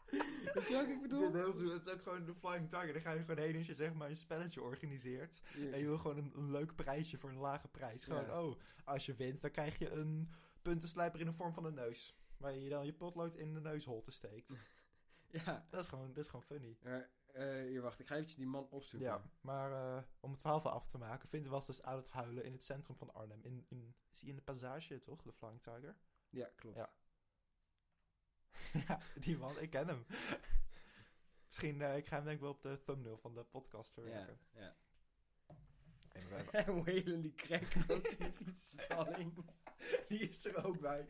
Weet je wat ik Ik vind bedoel? het heel goed. Het is ook gewoon de Flying Tiger. Daar ga je gewoon heen als je zeg maar een spelletje organiseert. En je wil gewoon een, een leuk prijsje voor een lage prijs. Gewoon, Ja. oh, als je wint, dan krijg je een puntenslijper in de vorm van een neus. Waar je dan je potlood in de neusholte steekt. Ja. dat, is gewoon, dat is gewoon funny. Maar, eh, hier, wacht. Ik ga eventjes die man opzoeken. Ja, maar eh, om het verhaal van af te maken. Vindt was dus aan het huilen in het centrum van Arnhem. In, in, is die in de passage, toch? De Flying Tiger? Ja, klopt. Ja. ja, die man, ik ken hem. Misschien, eh, ik ga hem denk ik wel op de thumbnail van de podcast ja. verwerken. ja. Even kijken. En Waylon die krijgt ook die fietsstalling. Die is er ook bij.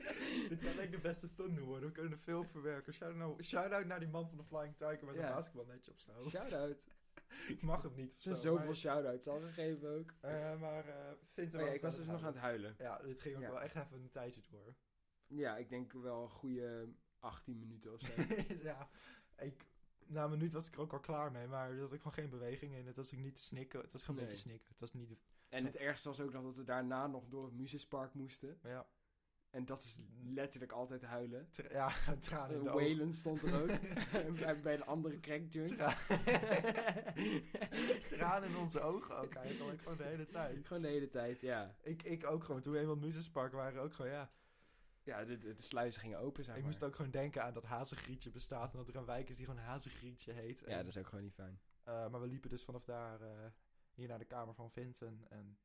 Dit kan denk ik de beste thumbnail worden. We kunnen er veel verwerken. Shout-out nou- shout-out naar die man van de Flying Tiger met Ja. een basketbalnetje op zijn hoofd. Shout-out. Ik mag het niet of Ze zo. zoveel maar shout-outs al gegeven ook. eh, maar eh, vindt er Oh ja, wel ik was dus nog aan het huilen. Ja, dit ging ook Ja. wel echt even een tijdje door. Ja, ik denk wel een goede 18 minuten of zo. ja, ik, na een minuut was ik er ook al klaar mee. Maar er zat ook gewoon geen beweging in. Het was ook niet te snikken. Het was gewoon een Nee. beetje snikken. Het was niet... en het ergste was ook nog dat we daarna nog door het Musespark moesten. Maar ja, En dat is letterlijk altijd huilen. Eh, tra- ja gewoon tranen in de ogen. Waylon stond er ook. bij, bij de andere crackjunk. Tra- tranen in onze ogen ook eigenlijk. Gewoon de hele tijd. Gewoon de hele tijd, ja. Ik, ik ook gewoon. Toen we eenmaal in het Musespark waren, ook gewoon, ja. Ja, de, de, de sluizen gingen open, zeg ik maar. moest ook gewoon denken aan dat Hazegrietje bestaat. En dat er een wijk is die gewoon Hazegrietje heet. Ja, dus- En, dat is ook gewoon niet fijn. eh, maar we liepen dus vanaf daar eh, hier naar de kamer van Vinten. En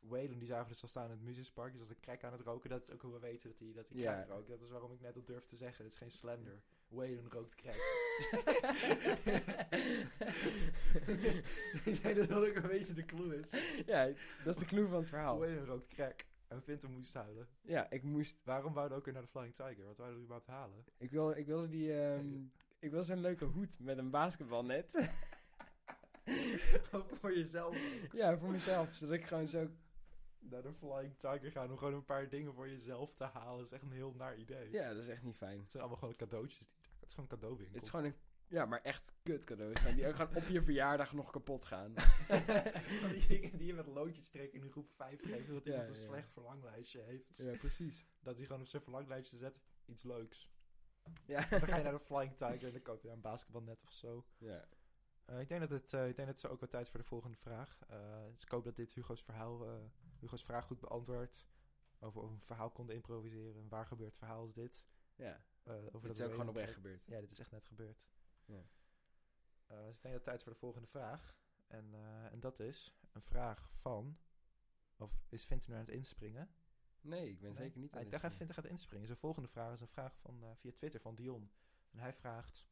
Waylon, die zagen we dus al staan in het Musespark. Dus als een krek aan het roken. Dat is ook hoe we weten dat hij dat hij Ja. krek rookt. Dat is waarom ik net al durf te zeggen. Het is geen slender. Waylon rookt krek. ik denk dat dat ook een beetje de clue is. ja, dat is de clue van het verhaal. Waylon rookt krek. En Vinten moest huilen. Ja, ik moest... Waarom wouden we ook weer naar de Flying Tiger? Wat wouden we überhaupt halen? Ik, wil, ik wilde die... ehm, ik wilde zo'n leuke hoed met een basketbalnet. voor jezelf. ja, voor mezelf. Zodat ik gewoon zo... Naar de Flying Tiger gaan om gewoon een paar dingen voor jezelf te halen. is echt een heel naar idee. Ja, dat is echt niet fijn. Het zijn allemaal gewoon cadeautjes. Die, het is gewoon een cadeauwinkel. Het is gewoon een... Ja, maar echt kut cadeaus. zijn Die ook gewoon op je verjaardag nog kapot gaan. Van die dingen die je met loodjes trekt in de groep 5 geven. Dat Ja, iemand een ja. slecht verlanglijstje heeft. ja, precies. Dat hij gewoon op zijn verlanglijstje zet iets leuks. Ja. Dan ga je naar de Flying Tiger en dan koop je daar een basketbalnet of zo. ja. Eh, ik, denk dat het, eh, ik denk dat ze ook wel tijd is voor de volgende vraag. Eh, dus ik hoop dat dit Hugo's verhaal, eh, Hugo's vraag goed beantwoord. Over of we een verhaal konden improviseren. Een waar gebeurd verhaal is dit. Ja, eh, over dat dit is ook gewoon Raven oprecht Gate. gebeurd. Ja, dit is echt net gebeurd. Ja. Eh, dus ik denk dat het tijd is voor de volgende vraag. En, eh, en dat is een vraag van... Of is Vincent nu aan het inspringen? Nee, ik ben Nee? zeker niet Ah, aan ik het dacht even zien. Vincent gaat inspringen. Zijn volgende vraag is een vraag van, eh, via Twitter van Dion. En hij vraagt...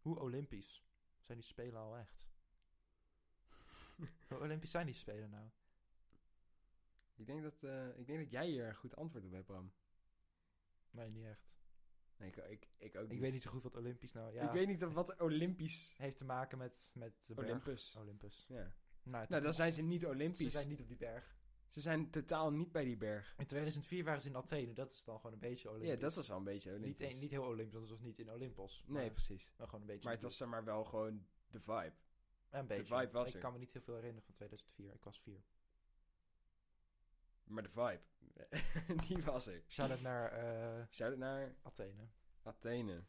Hoe Olympisch zijn die Spelen al echt? hoe Olympisch zijn die Spelen nou? Ik denk, dat, eh, ik denk dat jij hier een goed antwoord op hebt, Bram. Nee, niet echt. Nee, ik, ik, ik ook Ik weet niet zo goed wat Olympisch nou... Ja, Ik weet niet of wat Olympisch... heeft te maken met, met de berg. Olympus. Olympus. Ja. Nou, het is Nou, dan zijn ze niet Olympisch. Ze zijn niet op die berg. totaal niet bij die berg. In 2004 waren ze in Athene. Dat is dan gewoon een beetje Olympisch. Ja, dat was al een beetje Olympisch. Niet, een- niet heel Olympisch, want het was niet in Olympos. Nee, maar, precies. maar gewoon een beetje. Maar het was Olympisch. zeg maar wel gewoon de vibe. een beetje. vibe was ik er. kan me niet heel veel herinneren van 2004. Ik was vier. Maar de vibe, die was er. Shout-out naar eh, Shout-out naar Athene. Athene.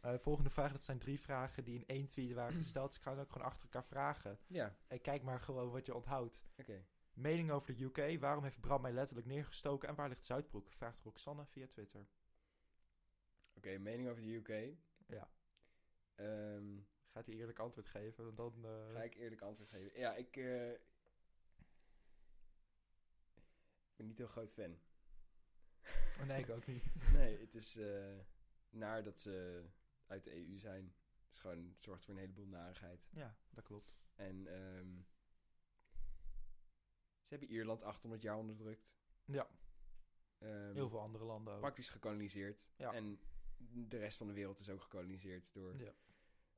Eh, volgende vraag. Dat zijn drie vragen die in één tweet waren gesteld. Dus ik ga het ook gewoon achter elkaar vragen. Ja, En kijk maar gewoon wat je onthoudt. oké. Mening over de UK. Waarom heeft Bram mij letterlijk neergestoken? En waar ligt Zuidbroek? Vraagt Roxanne via Twitter. Oké, mening over de UK. Ja. Ehm, Gaat hij eerlijk antwoord geven? Want dan... eh, ga ik eerlijk antwoord geven. Ja, ik... eh, ik ben niet heel groot fan. oh, nee, ik ook niet. Nee, het is eh, naar dat ze uit de EU zijn. Het is gewoon, zorgt voor een heleboel narigheid. Ja, dat klopt. En ehm, ze hebben Ierland 800 jaar onderdrukt. Ja. Ehm, Heel veel andere landen ook. praktisch gekoloniseerd. Ja. En de rest van de wereld is ook gekoloniseerd door Ja.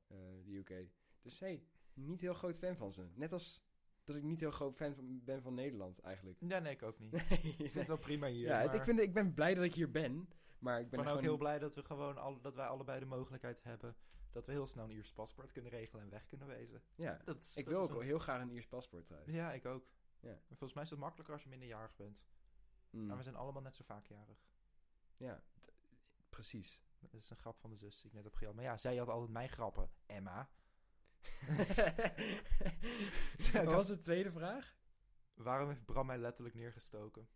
eh, de UK. Dus hey, niet heel groot fan van ze. Net als dat ik niet heel groot fan van, ben van Nederland eigenlijk. Ja, nee, ik ook niet. Nee, Ik vind het wel prima hier. ja, het- maar ik, vind, ik ben blij dat ik hier ben. Maar ik ben ik er ben ook gewoon- heel blij dat, we gewoon alle- dat wij allebei de mogelijkheid hebben dat we heel snel een Iers paspoort kunnen regelen en weg kunnen wezen. Ja. Dat, is- Ik dat wil is ook een- heel graag een Iers paspoort trouwens. Ja, ik ook. Ja. En Volgens mij is het makkelijker als je minderjarig bent. Mm, Maar we zijn allemaal net zo vaakjarig. Ja, t- precies. Dat is een grap van de zus die ik net heb gejat. Maar ja, zij had altijd mijn grappen. Emma. Wat had- was de tweede vraag? Waarom heeft Bram mij letterlijk neergestoken?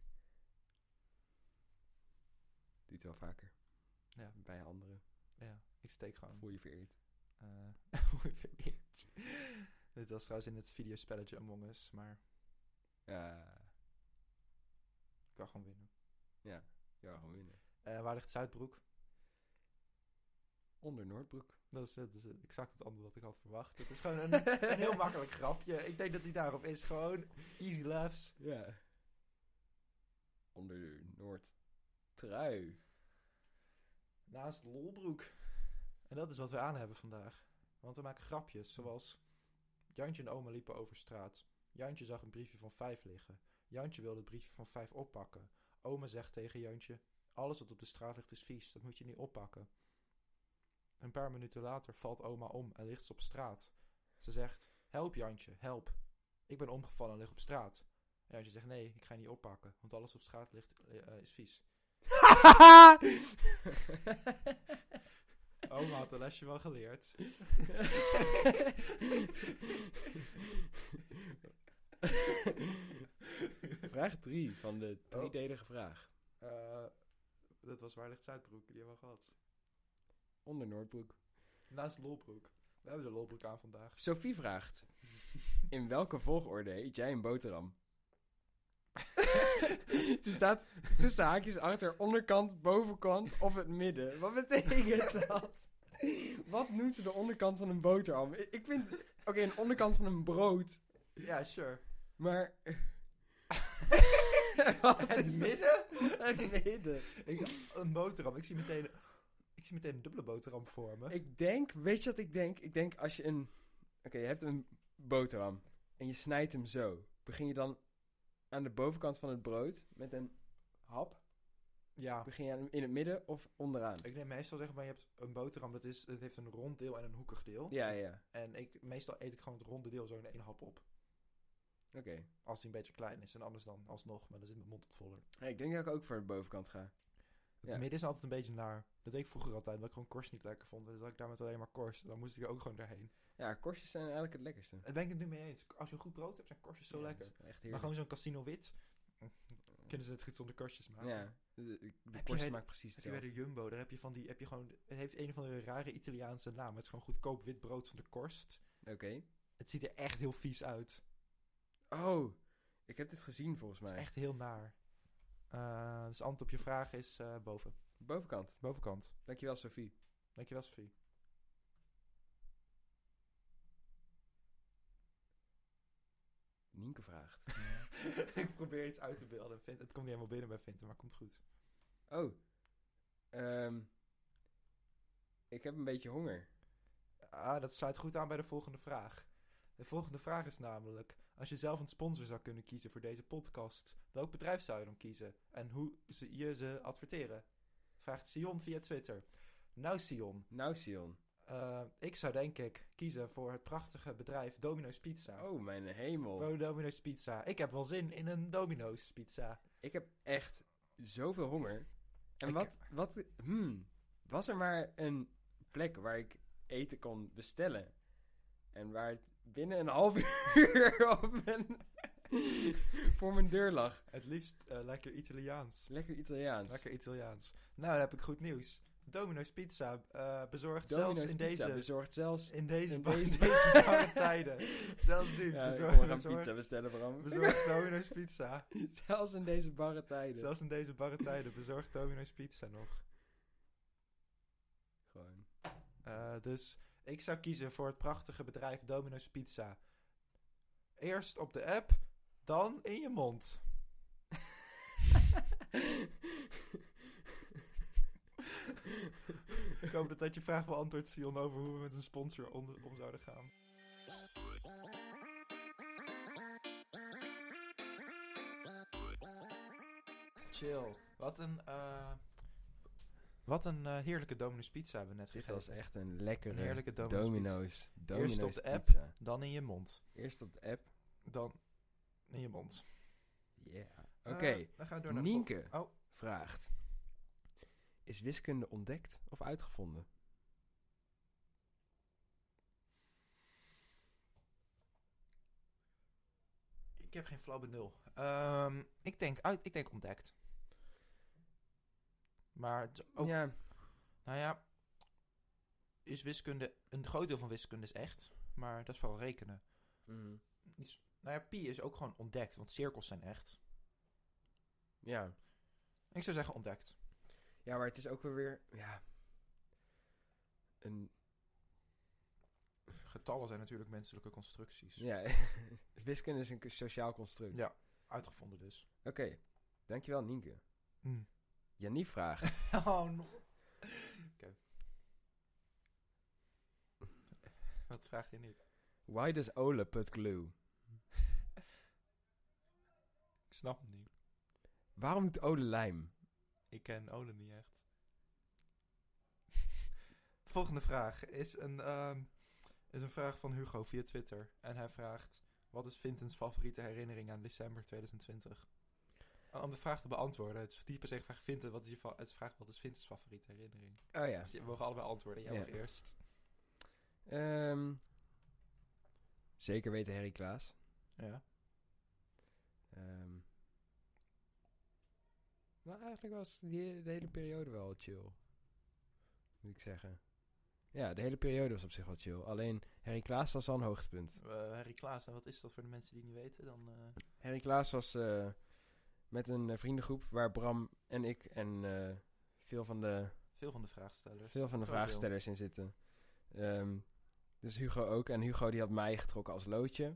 Doet wel vaker. Ja. Bij anderen. Ja, ik steek gewoon. Voel je vereerd. eh, vereerd. Dit was trouwens in het videospelletje Among Us, maar Ja, ik kan gewoon winnen. ja, gewoon winnen. Eh, waar ligt Zuidbroek? Onder Noordbroek. Dat is, dat is exact het antwoord dat ik had verwacht. Het is gewoon een, een heel makkelijk grapje. Ik denk dat hij daarop is. Gewoon easy laughs. Ja. Onder Noordtrui. Naast Lolbroek. En dat is wat we aan hebben vandaag. Want we maken grapjes, zoals... Jantje en oma liepen over straat. Jantje zag een briefje van vijf liggen. Jantje wilde het briefje van vijf oppakken. Oma zegt tegen Jantje... Alles wat op de straat ligt is vies, dat moet je niet oppakken. Een paar minuten later valt oma om en ligt ze op straat. Ze zegt... Help Jantje, help. Ik ben omgevallen en lig op straat. En Jantje zegt... Nee, ik ga je niet oppakken, want alles op straat ligt eh, is vies. Oma had een lesje wel geleerd. vraag 3 van de driedelige vraag. Eh, dat was waar ligt Zuidbroek, die hebben we al gehad. Onder Noordbroek. Naast Lolbroek. We hebben de Lolbroek aan vandaag. Sophie vraagt: In welke volgorde eet jij een boterham? er staat tussen haakjes achter onderkant, bovenkant of het midden. Wat betekent dat? Wat noemt ze de onderkant van een boterham? I- Ik vind, oké, een onderkant van een brood, Ja, sure. maar. Wat Het is dat? midden? Het midden. Ik, een boterham. Ik zie meteen, ik zie meteen een dubbele boterham voor me. Ik denk, weet je wat ik denk? Ik denk als je een. Oké, je hebt een boterham en je snijdt hem zo. Begin je dan aan de bovenkant van het brood met een hap? Ja. Begin je aan- in het midden of onderaan? Ik neem meestal zeg maar, je hebt een boterham, dat, is, dat heeft een rond deel en een hoekig deel. Ja, ja. En ik, meestal eet ik gewoon het ronde deel zo in één hap op. Oké. Als die een beetje klein is en anders dan alsnog, maar dan zit mijn mond wat voller. Ja, ik denk dat ik ook voor de bovenkant ga. Ja. Het midden is altijd een beetje naar. Dat deed ik vroeger altijd, omdat ik gewoon korst niet lekker vond. Dus dat ik daar met alleen maar korst, dan moest ik er ook gewoon doorheen. Ja, korstjes zijn eigenlijk het lekkerste. En ben ik het nu mee eens. Als je een goed brood hebt, zijn korstjes zo Ja, lekker. dat is Echt Maar heerlijk. gewoon zo'n casino wit. Kunnen hm, ze het goed zonder kastjes maken? Ja, de, de je korst bij- smaakt precies Heb je bij hetzelfde. de Jumbo, daar heb je van die, heb je gewoon, het heeft een van de rare Italiaanse naam. Het is gewoon goedkoop wit brood zonder korst. Oké. Het ziet er echt heel vies uit. Oh, ik heb dit gezien volgens Het is mij. echt heel naar. Eh, dus antwoord op je vraag is eh, boven. Bovenkant. Bovenkant. Dankjewel, Sophie. Dankjewel, Sophie. Nienke vraagt. ik probeer iets uit te beelden. Vint- Het komt niet helemaal binnen bij Vinten, maar komt goed. Oh. Ehm, ik heb een beetje honger. Ah, dat sluit goed aan bij de volgende vraag. De volgende vraag is namelijk: als je zelf een sponsor zou kunnen kiezen voor deze podcast, welk bedrijf zou je dan kiezen en hoe ze- je ze adverteren? Vraagt Sion via Twitter. Nou, Sion, Nou, Sion. eh, ik zou denk ik kiezen voor het prachtige bedrijf Domino's Pizza. Oh, mijn hemel. Pro Domino's Pizza. Ik heb wel zin in een Domino's Pizza. Ik heb echt zoveel honger. En Ik- wat, wat, hmm, was er maar een plek waar ik eten kon bestellen. En waar het binnen een half uur op mijn, voor mijn deur lag. Het liefst eh, lekker Italiaans. Lekker Italiaans. Lekker Italiaans. Nou, dan heb ik goed nieuws. Domino's Pizza eh, bezorgt Domino's zelfs in pizza deze, bezorgt zelfs... in deze, in ba- in deze- deze, barre tijden. Zelfs nu Dus Ja, ik bezorgt- wil gaan bezorgt- pizza bestellen, Bram. bezorgt Domino's Pizza. zelfs in deze barre tijden. Zelfs in deze barre tijden bezorgt Domino's Pizza nog. Gewoon. Eh, dus ik zou kiezen voor het prachtige bedrijf Domino's Pizza. Eerst op de app, dan in je mond. Ik hoop dat dat je vraag beantwoordt, Sion, over hoe we met een sponsor om, om zouden gaan. Chill. Wat een, eh, wat een eh, heerlijke Domino's pizza hebben we net Dit gegeten. was echt een lekkere Een heerlijke Domino's domino's. Domino's, Eerst op de app. pizza. Dan in je mond. Eerst op de app. Dan in je mond. Yeah. Eh, Oké, dan gaan we door naar de Nienke. volgende. Oh, vraagt. Is wiskunde ontdekt of uitgevonden? ik heb geen flauw benul. Ehm, ik, denk uit, ik denk ontdekt. Maar oh, het is ook Ja, Nou ja, is wiskunde. Een groot deel van wiskunde is echt, maar dat is vooral rekenen. Is- nou ja, pi is ook gewoon ontdekt, want cirkels zijn echt. ja. Ik zou zeggen ontdekt. Ja, maar het is ook wel weer... Ja, een, Getallen zijn natuurlijk menselijke constructies. ja wiskunde is een k- sociaal construct. Ja. Uitgevonden dus. Oké, dankjewel Nienke. Mm. Jannie vraagt... oh no. Oké. Wat vraagt hij niet? Why does Ole put glue? Ik snap het niet. Waarom doet Ole lijm? Ik ken Ole niet echt. Volgende vraag is een, ehm, is een vraag van Hugo via Twitter. En hij vraagt: Wat is Vintens favoriete herinnering aan december 2020? En Om de vraag te beantwoorden, het is niet per se een vraag Vinten, wat is je fa- het is een vraag: Wat is Vintens favoriete herinnering? Oh ja. Dus je- we mogen allebei antwoorden. Jij Ja. mag eerst. Ehm, zeker weten Harry Klaas. Ja. Ehm nou, eigenlijk was die, de hele periode wel chill. Moet ik zeggen. Ja, de hele periode was op zich wel chill. Alleen Harry Klaas was wel een hoogtepunt. Eh, Harry Klaas, en wat is dat voor de mensen die het niet weten? Dan, eh, Harry Klaas was eh, met een eh, vriendengroep waar Bram en ik en eh, veel van de, veel van de vraagstellers. veel van de Groot deel. vraagstellers in zitten. Ehm, dus Hugo ook. En Hugo die had mij getrokken als loodje.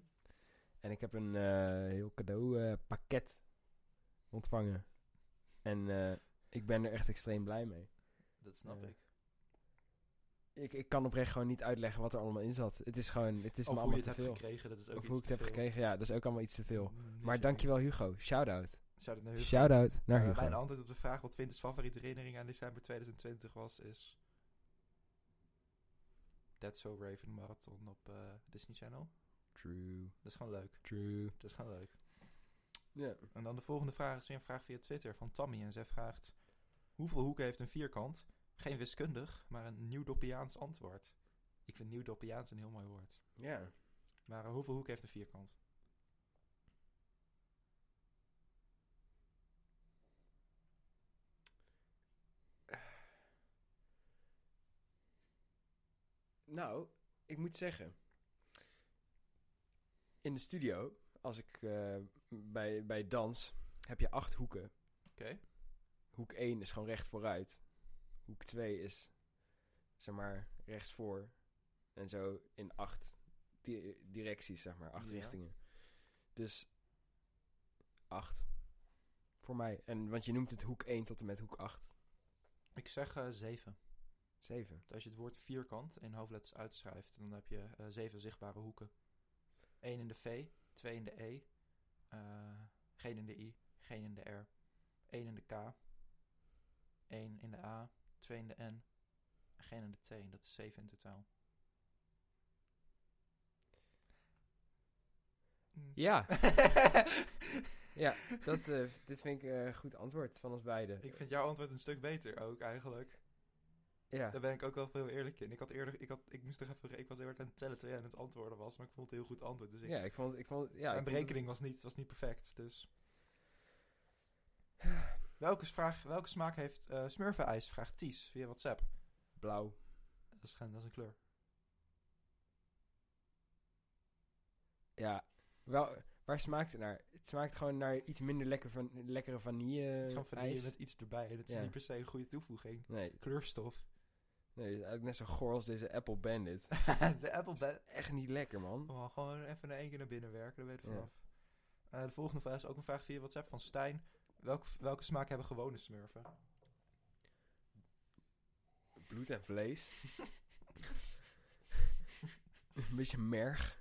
En ik heb een eh, heel cadeaupakket pakket ontvangen. En eh, ik ben er echt extreem blij mee. Dat snap Ja. ik. Ik, ik kan oprecht gewoon niet uitleggen wat er allemaal in zat. Het is gewoon, het is of me hoe allemaal je het te hebt veel. gekregen, dat is ook Of iets hoe ik het te heb veel. Mm, gekregen, ja, dat is ook allemaal iets te veel. Niet Maar zo- dankjewel Hugo, shout-out. Shout-out naar Hugo. Shout-out naar Eh, Mijn Hugo. antwoord op de vraag wat Vintes favoriete herinnering aan december 2020 was, is... That's So Raven Marathon op eh, Disney Channel. True, Dat is gewoon leuk. true. Dat is gewoon leuk. Ja. En dan de volgende vraag is weer een vraag via Twitter van Tammy. En zij vraagt... Hoeveel hoeken heeft een vierkant? Geen wiskundig, maar een Nieuw-Doppiaans antwoord. Ik vind Nieuw-Doppiaans een heel mooi woord. Ja. Maar eh, hoeveel hoeken heeft een vierkant? Nou, ik moet zeggen. In de studio, als ik eh, bij, bij dans, heb je acht hoeken. Oké. Hoek 1 is gewoon recht vooruit. Hoek 2 is, zeg maar, rechts voor. En zo in acht di- directies, zeg maar, acht Ja. richtingen. Dus acht. Voor mij. En, want je noemt het hoek 1 tot en met hoek 8. Ik zeg eh, zeven. 7. Als je het woord vierkant in hoofdletters uitschrijft, dan heb je eh, zeven zichtbare hoeken. Eén in de V, twee in de E, eh, geen in de I, geen in de R, één in de K, één in de A, twee in de N, en geen in de T. En dat is zeven in totaal. Mm. Ja, ja dat, eh, dit vind ik eh, een goed antwoord van ons beiden. ik vind jouw antwoord een stuk beter ook eigenlijk. ja. Daar ben ik ook wel heel eerlijk in. Ik had eerder, ik, had, ik moest er even, ik was heel erg aan het tellen terwijl je aan het antwoorden was, maar ik vond het een heel goed antwoord. Dus ik, ja, ik vond, ik vond, ja, mijn ik vond het- berekening was niet, was niet perfect, dus. welke, vraag, welke smaak heeft eh smurfenijs? Vraagt Ties via WhatsApp. blauw. Dat is, geen- dat is een kleur. Ja, wel, waar smaakt het naar? Het smaakt gewoon naar iets minder lekker van, lekkere vanille Het is gewoon vanille Eh, ijs. met iets erbij en het is Ja. niet per se een goede toevoeging. Nee, Kleurstof. nee, het is eigenlijk net zo goor als deze Apple Bandit. de Apple Ba- Echt niet lekker, man. Oh, gewoon even in één keer naar binnen werken, daar weet je Ja. vanaf. Eh, de volgende vraag is ook een vraag via WhatsApp van Stijn. Welke, welke smaak hebben gewone smurfen? Bloed en vlees. een beetje merg.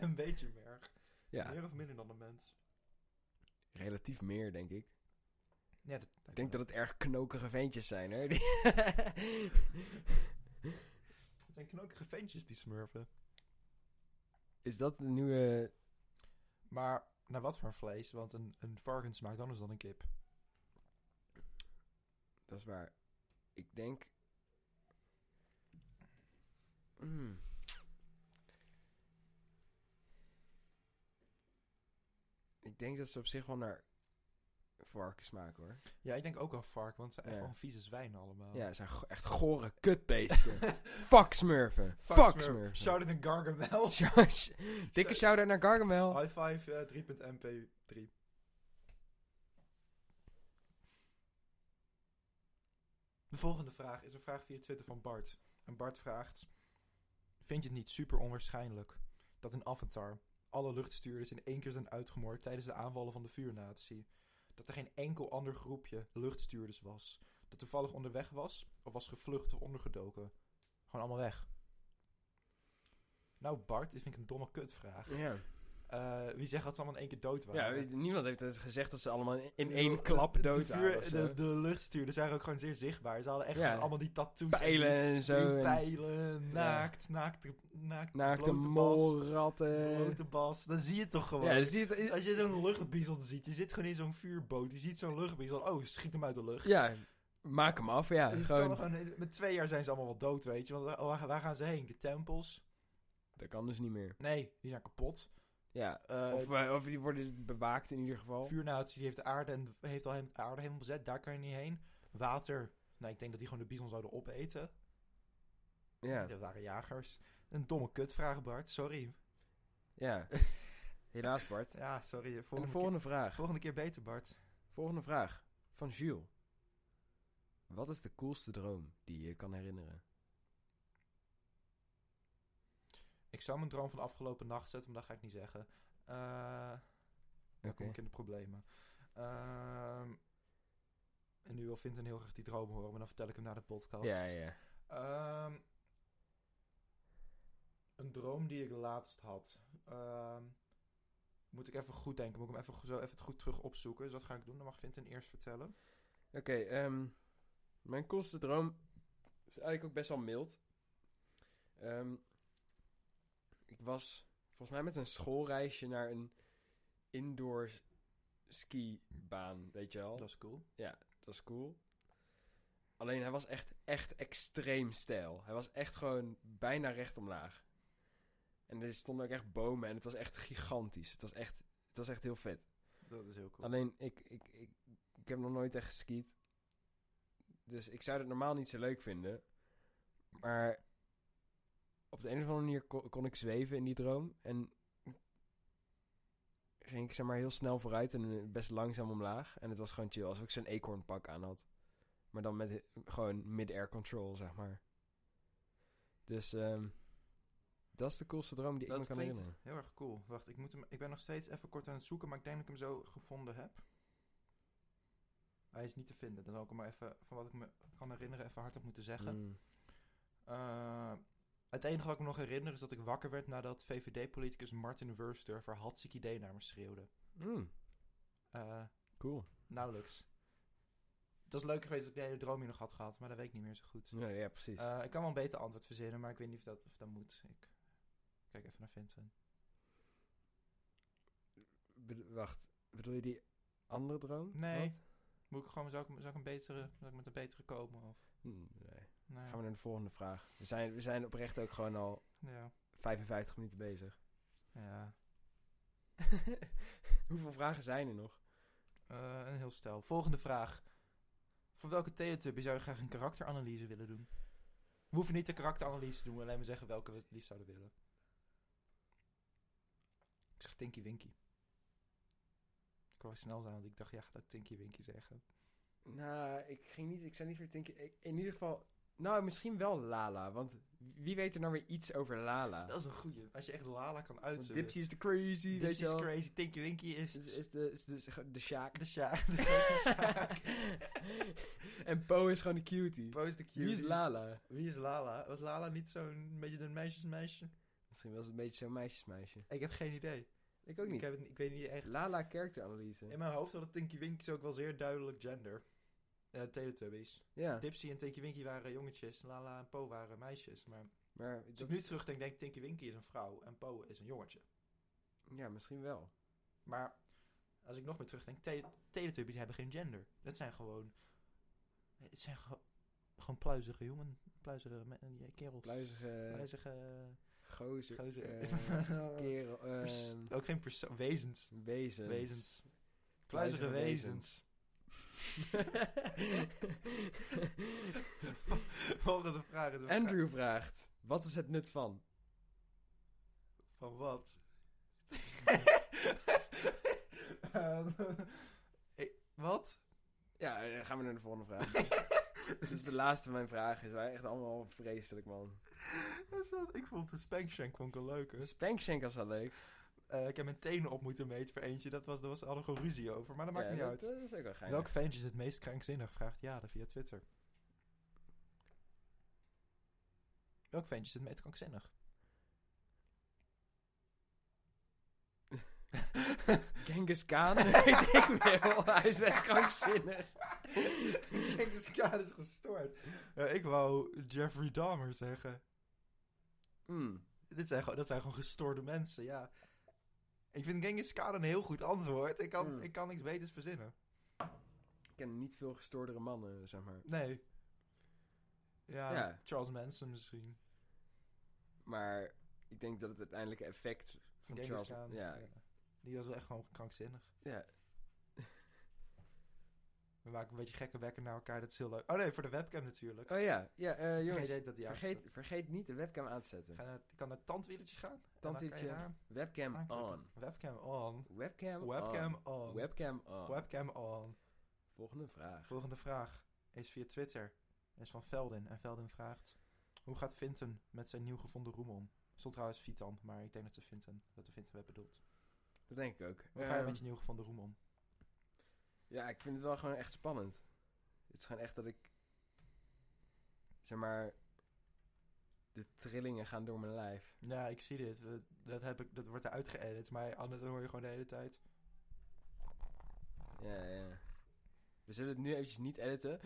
een beetje merg. Ja, Meer of minder dan een mens? relatief meer, denk ik. Ja, dat, Ik denk dat het erg knokige ventjes zijn, hè? Het zijn knokige ventjes die smurfen. Is dat de nieuwe... Maar naar wat voor vlees? Want een, een varken smaakt anders dan een kip. Dat is waar. Ik denk. Mm. Ik denk dat ze op zich wel naar varken smaken hoor. Ja, ik denk ook wel vark, want ze zijn echt Ja. gewoon vieze zwijnen allemaal. Ja, ze zijn go- echt gore kutbeesten. Fuck smurfen. Fuck, smurfen. Shout out een Gargamel. Dikke shout-out naar Gargamel. High five eh, 3.mp3. De volgende vraag is een vraag via Twitter van Bart. En Bart vraagt: Vind je het niet super onwaarschijnlijk dat in Avatar alle luchtstuurders in één keer zijn uitgemoord tijdens de aanvallen van de vuurnatie? Dat er geen enkel ander groepje luchtstuurders was, dat toevallig onderweg was of was gevlucht of ondergedoken? Gewoon allemaal weg. Nou, Bart, dit vind ik een domme kutvraag. Ja. Eh, wie zegt dat ze allemaal in één keer dood ja, waren? weet- niemand heeft het gezegd dat ze allemaal in- in Ik één bedoel, klap de- dood de, waren. vuur- of de, zo. de luchtstuurders waren ook gewoon zeer zichtbaar. Ze hadden echt Ja. gewoon allemaal die tattoos. en Pijlen en die- die zo. en pijlen, naakt, naakt, naakt, Naakte blote bast, molratten. blote bast. Dan zie je het toch gewoon. Ja, dus- zie je het, dus Als je zo'n luchtbiezel ziet, je zit gewoon in zo'n vuurboot. Je ziet zo'n luchtbiezel, oh, schiet hem uit de lucht. Ja, maak hem af, ja. En je kan gewoon, gewoon- met twee jaar zijn ze allemaal wel dood, weet je. Want waar- waar, waar gaan ze heen? De tempels? dat kan dus niet meer. Nee, die zijn kapot. Ja. Eh, Of, eh, of die worden bewaakt in ieder geval. Vuurnatie die heeft de aarde, en, heeft al hem- de aarde helemaal bezet. Daar kan je niet heen. Water. Nou, ik denk dat die gewoon de bison zouden opeten. Ja, Dat waren jagers. Een domme kutvraag, Bart. Sorry. ja. Helaas, Bart. Ja, sorry. En de Volgende, volgende Keer, vraag. volgende keer beter, Bart. Volgende vraag. Van Jules. Wat is de coolste droom die je je kan herinneren? Ik zou mijn droom van de afgelopen nacht zetten, maar dat ga ik niet zeggen. Eh dan Oké. kom ik in de problemen. Ehm, en nu wil Vinten heel graag die droom horen, maar dan vertel ik hem na de podcast. Ja, ja. Ehm, een droom die ik laatst had. Ehm, moet ik even goed denken. Moet ik hem even go- zo even goed terug opzoeken. Dus dat ga ik doen. Dan mag Vinten eerst vertellen. Oké, ehm, mijn coolste droom is eigenlijk ook best wel mild. Ehm, ik was volgens mij met een schoolreisje naar een indoor s- skibaan, weet je wel. Dat is cool. Dat is cool. Alleen hij was echt, echt extreem stijl. Hij was echt gewoon bijna recht omlaag. En er stonden ook echt bomen en het was echt gigantisch. Het was echt, het was echt heel vet. Dat is heel cool. Alleen ik, ik, ik, ik heb nog nooit echt geskiet. Dus ik zou het normaal niet zo leuk vinden. Maar op de een of andere manier kon, kon ik zweven in die droom. En ging ik zeg maar heel snel vooruit en eh, best langzaam omlaag. En het was gewoon chill, alsof ik zo'n eekhoornpak aan had. Maar dan met he- gewoon mid-air control, zeg maar. Dus ehm, dat is de coolste droom die ik me dat kan klinkt herinneren. heel erg cool. Wacht, ik, moet hem, ik ben nog steeds even kort aan het zoeken, maar ik denk dat ik hem zo gevonden heb. Hij is niet te vinden. Dan zal ik hem maar even, van wat ik me kan herinneren, even hardop moeten zeggen. Mm. Eh, het enige wat ik me nog herinner is dat ik wakker werd nadat VVD-politicus Martin Wursturfer hartstikke idee naar me schreeuwde. Mm, Eh, cool. nauwelijks. Dat is leuker geweest dat ik de hele droom hier nog had gehad, maar dat weet ik niet meer zo goed. Ja, ja precies. Eh, ik kan wel een beter antwoord verzinnen, maar ik weet niet of dat, of dat moet. Ik kijk even naar Vincent. Bed- wacht, bedoel je die andere droom? Nee. Wat? Moet ik gewoon, zou ik, zou ik, een betere, zou ik met een betere komen? Of? Nou Mm, nee. Nee. Gaan we naar de volgende vraag. We zijn, we zijn oprecht ook gewoon al Ja. 55 minuten bezig. ja. Hoeveel vragen zijn er nog? Eh, een heel stel. Volgende vraag. Voor welke Teletubby zou je graag een karakteranalyse willen doen? We hoeven niet de karakteranalyse te doen, alleen maar zeggen welke we het liefst zouden willen. Ik zeg Tinky Winky. Ik wou snel zijn, want ik dacht, ja, gaat ook Tinky Winky zeggen. Nou, ik ging niet, ik zou niet meer denken. ik- in ieder geval, nou, misschien wel Lala. Want wie weet er nou weer iets over Lala? Dat is een goeie. Als je echt Lala kan Want uitzoeken. Dipsy is de crazy, weet je is wel. crazy, Tinky Winky is... Is, is de, is de, is de Sjaak. de Sjaak. De grote Sjaak. en Po is gewoon de cutie. Bo is de cutie. Wie is Lala? Wie is Lala? Was Lala niet zo'n beetje een meisjesmeisje? Misschien was het een beetje zo'n meisjesmeisje. Ik heb geen idee. Ik ook niet. Ik, heb het, ik weet niet echt. Lala characteranalyse. In mijn hoofd had het Tinky Winky ook wel zeer duidelijk gender. Eh Teletubbies. Ja, Dipsy en Tinky Winky waren jongetjes. Lala en Po waren meisjes. Maar maar als dat ik nu is- terugdenk, denk ik Tinky Winky is een vrouw en Po is een jongetje. ja, misschien wel. Maar als ik nog meer terugdenk, te Teletubbies hebben geen gender. Dat zijn gewoon... Het zijn gewoon- gewoon pluizige jongen. Pluizige me- eh, kerels. Pluizige, eh, Pluizige... gozer, Gozer. eh, kerel, Pers- ehm, ook geen persoon. Wezens. wezens. Wezens. Pluizige wezens. Volgende vraag. is een Andrew vraagt, wat is het nut van? vraag Van wat? Ehm, ik- wat? Ja, eh, gaan we naar de volgende vraag. Dit is de laatste van mijn vragen. Ze waren echt allemaal vreselijk, man. Is dat- Ik vond de Spankshank vond ik een leuke. Spankshank was wel leuk. Eh, ik heb mijn tenen op moeten meten voor eentje. Dat was, daar was al gewoon ruzie over, maar dat maakt Ja, niet dat, eh, uit. Dat is ook wel geinig. Welk ventje is het meest krankzinnig? Vraagt Jade via Twitter. Welk ventje is het meest krankzinnig? Genghis Khan, weet ik veel. Hij is best krankzinnig. Genghis Khan is gestoord. Eh, ik wou Jeffrey Dahmer zeggen. Hmm. Dit zijn gewoon, dat zijn gewoon gestoorde mensen, ja. Ik vind Genghis Khan een heel goed antwoord. Ik kan, Mm. ik kan niks beters verzinnen. Ik ken niet veel gestoordere mannen, zeg maar. Nee. Ja, Ja. Charles Manson misschien. Maar ik denk dat het uiteindelijke effect van Genghis Charles... Khan. Ja, ja. Die was wel echt gewoon krankzinnig. ja. We maken een beetje gekke wekken naar elkaar, dat is heel leuk. Oh nee, voor de webcam natuurlijk. Oh ja, ja eh, jongens. Vergeet dat die aan Vergeet, staat. vergeet niet de webcam aan te zetten. Ga naar, kan naar het tandwieltje gaan. en dan kan je Tandwieltje daar Webcam aanklikken. on. Webcam on. Webcam, Webcam on. on. Webcam on. Webcam on. Volgende vraag. Volgende vraag is via Twitter. Is van Velden. En Velden vraagt: Hoe gaat Vinten met zijn nieuw gevonden roem om? Stond trouwens Vitan, maar ik denk dat ze Vinten, dat de Vinten werd bedoeld. Dat denk ik ook. Hoe ga je Ehm, met je nieuw gevonden roem om? Ja, ik vind het wel gewoon echt spannend. Het is gewoon echt dat ik... Zeg maar... De trillingen gaan door mijn lijf. Ja, ik zie dit. We- Dat, heb ik, dat wordt eruit geëdit, maar anders hoor je gewoon de hele tijd. Ja, ja. We zullen het nu eventjes niet editen.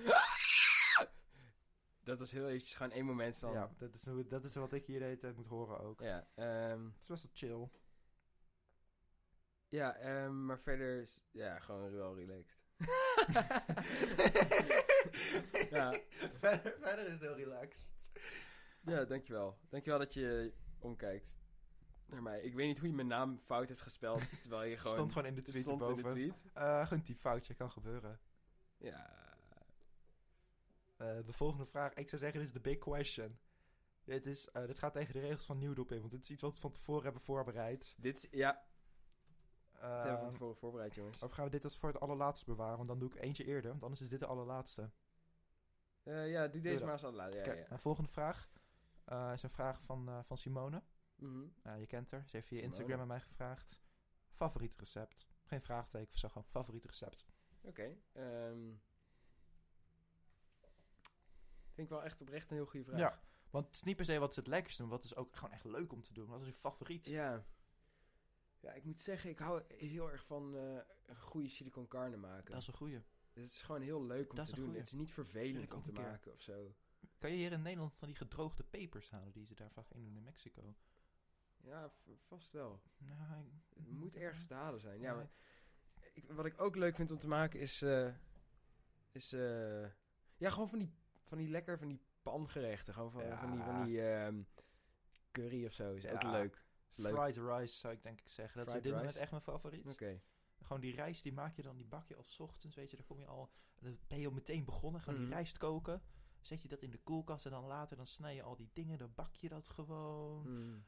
Dat was heel eventjes gewoon één moment van... Ja, dat is, hoe- dat is wat ik hier de hele tijd moet horen ook. Ja, ehm, Het was wel chill. ja ehm, maar verder... is- Ja, gewoon wel relaxed. Ja. verder, verder is het heel relaxed. Ja, dankjewel. Dankjewel dat je omkijkt naar mij. Ik weet niet hoe je mijn naam fout hebt gespeld, terwijl je Het gewoon... stond gewoon in de het tweet stond in boven. de tweet. Eh, gewoon typfoutje, kan gebeuren. Ja. Eh, de volgende vraag, ik zou zeggen, dit is de big question. Dit, is, eh, dit gaat tegen de regels van Nieuwdop in, want dit is iets wat we van tevoren hebben voorbereid. Dit is, ja, dat hebben we van Ehm, tevoren voorbereid, jongens. of gaan we dit als voor het allerlaatste bewaren? Want dan doe ik eentje eerder, want anders is dit de allerlaatatste. Eh, ja, doe deze dat. maar als laten. Ja, ja, Kijk, ja. een volgende vraag eh, is een vraag van, eh, van Simone. Mhm. Eh, je kent haar, ze heeft via Simone. Instagram aan mij gevraagd. Favoriet recept? Geen vraagteken of zo, gewoon favoriet recept. Oké. ehm. vind ik wel echt oprecht een heel goede vraag. Ja. Want het is niet per se wat is het lekkerste, maar wat is ook gewoon echt leuk om te doen. Wat is je favoriet? Ja. Ja, ik moet zeggen, ik hou heel erg van eh, een goede silicon carne maken. Dat is een goeie. Het is gewoon heel leuk om Dat is te een doen. goeie. Het is niet Wil vervelend ik om ook te een keer. maken of zo. Kan je hier in Nederland van die gedroogde pepers halen die ze daar vaak in doen in Mexico? Ja, v- vast wel. Nou, ik- Het moet ergens te halen zijn. Ja, Nee. maar ik, wat ik ook leuk vind om te maken is... eh, is eh, ja, gewoon van die, van die lekker van die pangerechten. Gewoon van, van die, van Ja. die ehm, curry of zo. Is ook Ja. leuk. Is leuk. Fried rice zou ik denk ik zeggen. Dat is op Fried dit rice. moment echt mijn favoriet. Oké. Gewoon die rijst, die maak je dan, die bak je al 's ochtends, weet je. Dan kom je al, dan ben je al meteen begonnen. Gewoon Mhm. die rijst koken. Zet je dat in de koelkast en dan later dan snij je al die dingen. Dan bak je dat gewoon. Mm.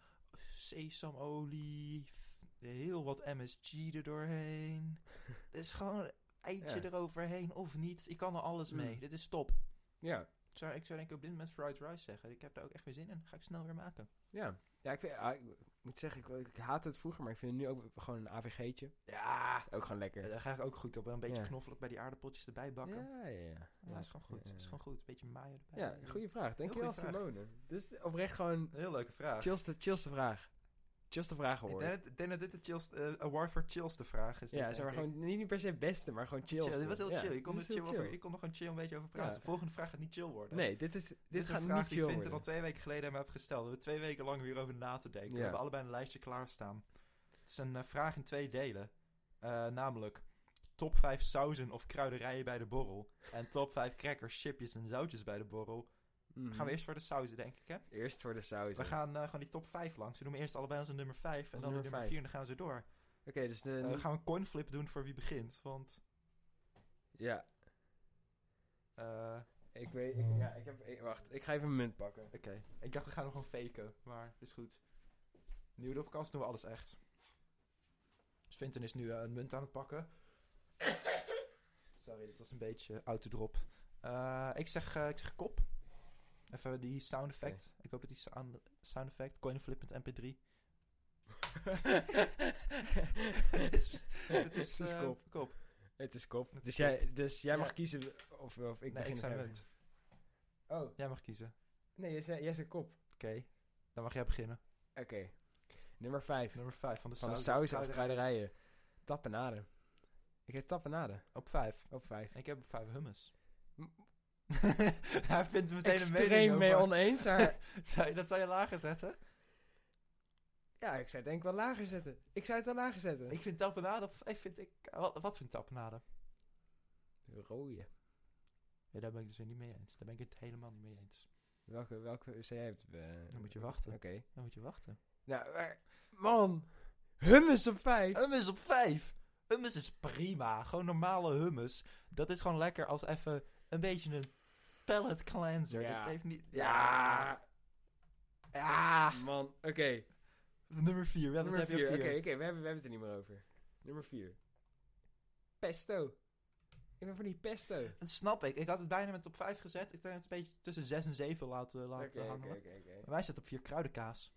Sesamolie. f- Heel wat MSG erdoorheen. Het is gewoon een eitje Ja. eroverheen of niet. Ik kan er alles Mm. mee. Dit is top. Ja. Ik zou, ik zou denk ik op dit moment fried rice zeggen. Ik heb daar ook echt weer zin in. Ga ik snel weer maken. Ja, ja ik, vind, ah, ik moet zeggen, ik, ik haatte het vroeger, maar ik vind het nu ook gewoon een AVG'tje. Ja, Ook gewoon lekker. daar ga ik ook goed op. Een beetje Ja. knoflook bij die aardappeltjes erbij bakken. Ja, Ja, ja, ja. is gewoon goed. Ja, Is ja. gewoon goed. Beetje mayo erbij. Ja, goede vraag. Denk je wel, goeie vraag. Simone? Dus oprecht gewoon Heel leuke vraag. chillste, chillste vraag. Chillste vraag Ik geworden. denk, dat- ik denk dat dit de chillst, eh, award voor chillste vraag is. dit, ja, zeg denk maar ik. gewoon niet per se beste, maar gewoon chillste. Chill, dit was heel Ja, chill. Je kon, dit er is chill heel over, je kon er gewoon chill een beetje over praten. Ja. De volgende vraag gaat niet chill worden. Nee, dit, is, dit, Dit, is gaat een vraag niet die chill Vincent al worden. twee weken geleden hebben gesteld. We hebben twee weken lang weer over na te denken. Ja. We hebben allebei een lijstje klaarstaan. Het is een eh, vraag in twee delen. Eh, namelijk top 5 sauzen of kruiderijen bij de borrel. En top 5 crackers, chipjes en zoutjes bij de borrel. Mhm. Gaan we eerst voor de sauzen, denk ik, hè? Eerst voor de saus. We Oké, gaan eh, gewoon die top 5 langs. We doen eerst allebei onze nummer 5 Onze en dan de nummer nummer vijf. 4 en dan gaan we ze door. dus de... Eh, gaan we een coinflip doen voor wie begint. Want ja, eh, ik weet... Ik, ja, ik heb, ik- wacht, ik ga even een munt pakken. Oké. Ik dacht, we gaan nog gewoon faken, maar is goed. Nieuwe dopkast doen we alles echt. Dus Vinten is nu eh, een munt aan het pakken. Sorry, dit was een beetje out the drop. Eh, ik, zeg, eh, ik zeg kop. Even die sound effect. Ik hoop dat die sound, sound effect, coin flip met mp3. het is, het is, eh, kop. kop. Het is kop. Het dus, is jij, dus jij Ja. mag kiezen of, of ik nee, begin. ik zei nog even. munt. Oh, Jij mag kiezen. nee, jij zei, jij zei kop. Oké, dan mag jij beginnen. Oké. Nummer 5. Nummer 5 van de Van de sauzen saus of af kruiderijen. Tapenade. Ik heb tapenade. Op 5. Op 5. Ik heb vijf hummus. M- Hij vindt meteen een mening Extreem over. mee oneens, maar Zou je, dat zou je lager zetten? ja, ik zou het denk ik wel lager zetten. Ik zou het wel lager zetten. Ik vind tapenade op vijf vind ik... Wat, wat vindt tapenade? Rooie. Ja, daar ben ik dus weer niet mee eens. Daar ben ik het helemaal niet mee eens. Welke, welke zei jij? het, eh, Dan moet je wachten. Oké. Dan moet je wachten. Nou, maar- man. Hummus op 5. Hummus op vijf! Hummus is prima. Gewoon normale hummus. Dat is gewoon lekker als even een beetje een palate cleanser. Ja. Dat heeft niet... Ja! Ja! Man, oké. Nummer vier. Wel, Nummer dat heb je 4. op Oké, vier. oké, we, hebben, we hebben het er niet meer over. Nummer 4. Pesto. Ik ben voor die pesto. Dat snap ik. Ik had het bijna met op 5 gezet. Ik denk dat het een beetje tussen 6 en 7 laten, laten Oké, hangen. oké, oké, oké. Maar wij zetten op 4 kruidenkaas.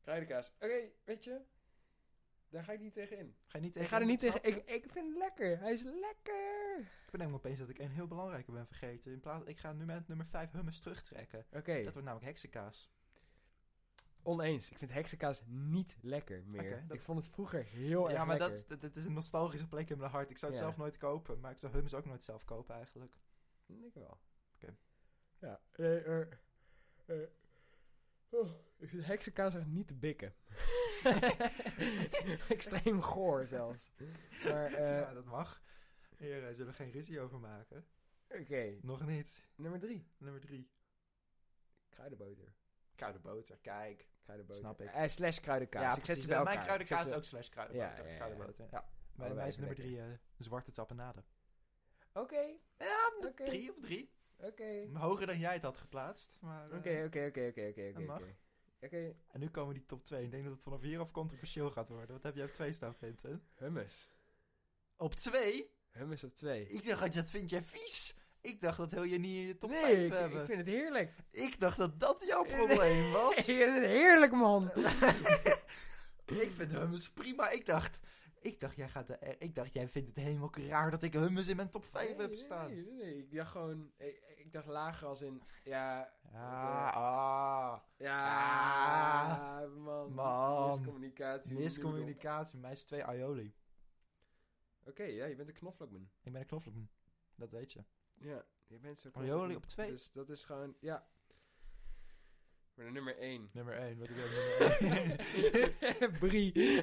Kruidenkaas. Oké, weet je? Daar ga ik niet tegen in. Ga je niet tegen Ik ga er in, niet dat tegen... snap Ik, ik vind het lekker. Hij is lekker. Ik bedenk me opeens dat ik een heel belangrijke ben vergeten. In plaats, ik ga nu met nummer 5 hummus terugtrekken. Oké, Dat wordt namelijk heksenkaas. oneens. Ik vind heksenkaas niet lekker meer. Oké, dat- Ik vond het vroeger heel ja, erg maar lekker. dat, dat, dat is een nostalgische plek in mijn hart. Ik zou het Ja. zelf nooit kopen, maar ik zou hummus ook nooit zelf kopen eigenlijk. Ik wel. Oké. Ja. eh, eh, eh. Oh, ik vind heksenkaas echt niet te bikken. Extreem goor zelfs. Maar, eh, ja, dat mag. Hier zullen we geen ruzie over maken. Oké, Nog niet. nummer drie. Nummer 3. Kruidenboter. Kruidenboter, kijk. Kruidenboter. Snap ik. Eh, slash kruidenkaas. Ja, ik zet precies. ze Ja, bij mijn elkaar. Ik kruidenkaas zet is ze- ook slash kruidenboter. Ja, ja, ja. Kruidenboter, ja. Mijn, Allebei mijn is nummer eh, lekker. 3 zwarte tapenade. Oké. Ja, Oké. drie op drie. Oké. Oké. Hoger dan jij het had geplaatst. Maar, eh, Oké, oké, oké, oké, oké, dat oké. mag. oké. Oké, En nu komen die top 2. Ik denk dat het vanaf hier af controversieel gaat worden. Wat heb jij op 2 staan, Vincent? hummus. Op 2? Hummus op twee. Ik dacht, dat je- dat vind jij vies. Ik dacht dat heel je niet in je top 5 Nee, ik, hebben. ik vind het heerlijk. Ik dacht dat dat jouw Nee. probleem was. Ik vind het heerlijk, man. ik vind hummus prima. Ik dacht, ik dacht, jij gaat, de- eh, ik dacht, jij vindt het helemaal raar dat ik hummus in mijn top 5 Nee, heb nee, staan. Nee, nee, nee. Ik dacht gewoon... Ik, ik dacht lager als in... Ja... Ja, eh, ah, Ja... Ah, man. man. Miscommunicatie. noedel. miscommunicatie. Mij is 2 aioli. Oké, ja, je bent een knoflookman. Ik ben een knoflook. Dat weet je. Ja, je bent zo Aioli knoflookman. op twee. Dus dat is gewoon... Ja. Maar dan nummer 1. Nummer 1, wat ik ook nummer 1. Brie.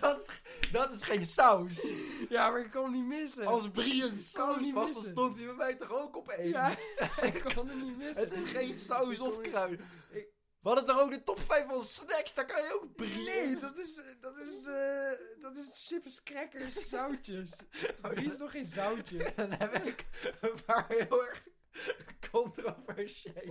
dat, is, dat is geen saus. ja, maar ik kon hem niet missen. Als Brie een hem saus niet was, dan missen. stond hij bij mij toch ook op 1. Ja, ik kon hem niet missen. Het is geen saus Ik of kon niet- kruid. ik- We hadden toch ook de top 5 van snacks, daar kan je ook Brie Nee, in. dat is, dat is, eh, dat is chips, crackers, zoutjes. Brie is toch geen zoutje? Dan heb ik een paar heel erg controversiële.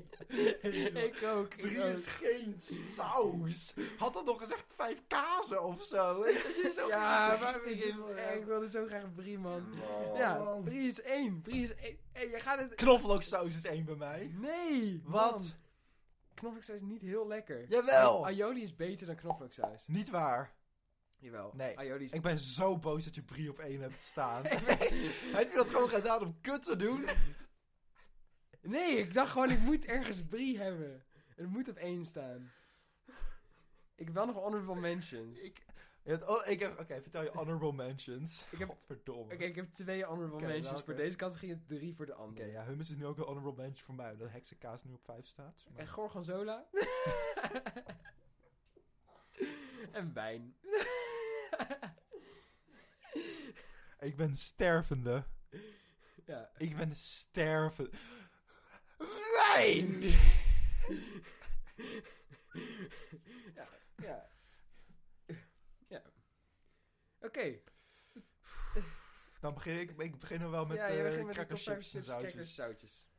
ik Oh. ook, ik Brie ook. is geen saus. Had dat nog gezegd vijf kazen of zo? Weet je, dat je zo Ja, geen maar brie ik, in wil ik hebben. wilde zo graag Brie, man. Man. Ja, Brie is één. Brie is één. Hey, jij gaat het... Knoflooksaus is één bij mij. Nee, Wat? man. Knoflooksaus is niet heel lekker. Jawel. Aioli is beter dan knoflooksaus. Niet waar. Jawel. Nee, Aioli is... Ik ben zo boos dat je Brie op één hebt staan. Heb je dat gewoon gedaan om kut te doen? Nee, ik dacht gewoon, ik moet ergens Brie hebben. Het moet op één staan. Ik heb wel nog honorable mentions. Ik, je hebt- oh, ik heb, oké, vertel je honorable mentions. Ik heb- Godverdomme. Oké, ik heb twee honorable Oh. Oké, mentions welke? voor deze categorie en drie voor de Oké, andere. ja, hummus is nu ook een honorable mention voor mij, omdat heksenkaas nu op 5 staat. Maar- En gorgonzola. en wijn. Ik ben stervende. Ja. Ik ben stervende. Wijn! ja. Ja. ja. Oké. Dan begin ik, ik begin dan wel met ja, eh jij begint met de top cracker vijf chips en chips, crackers, zoutjes.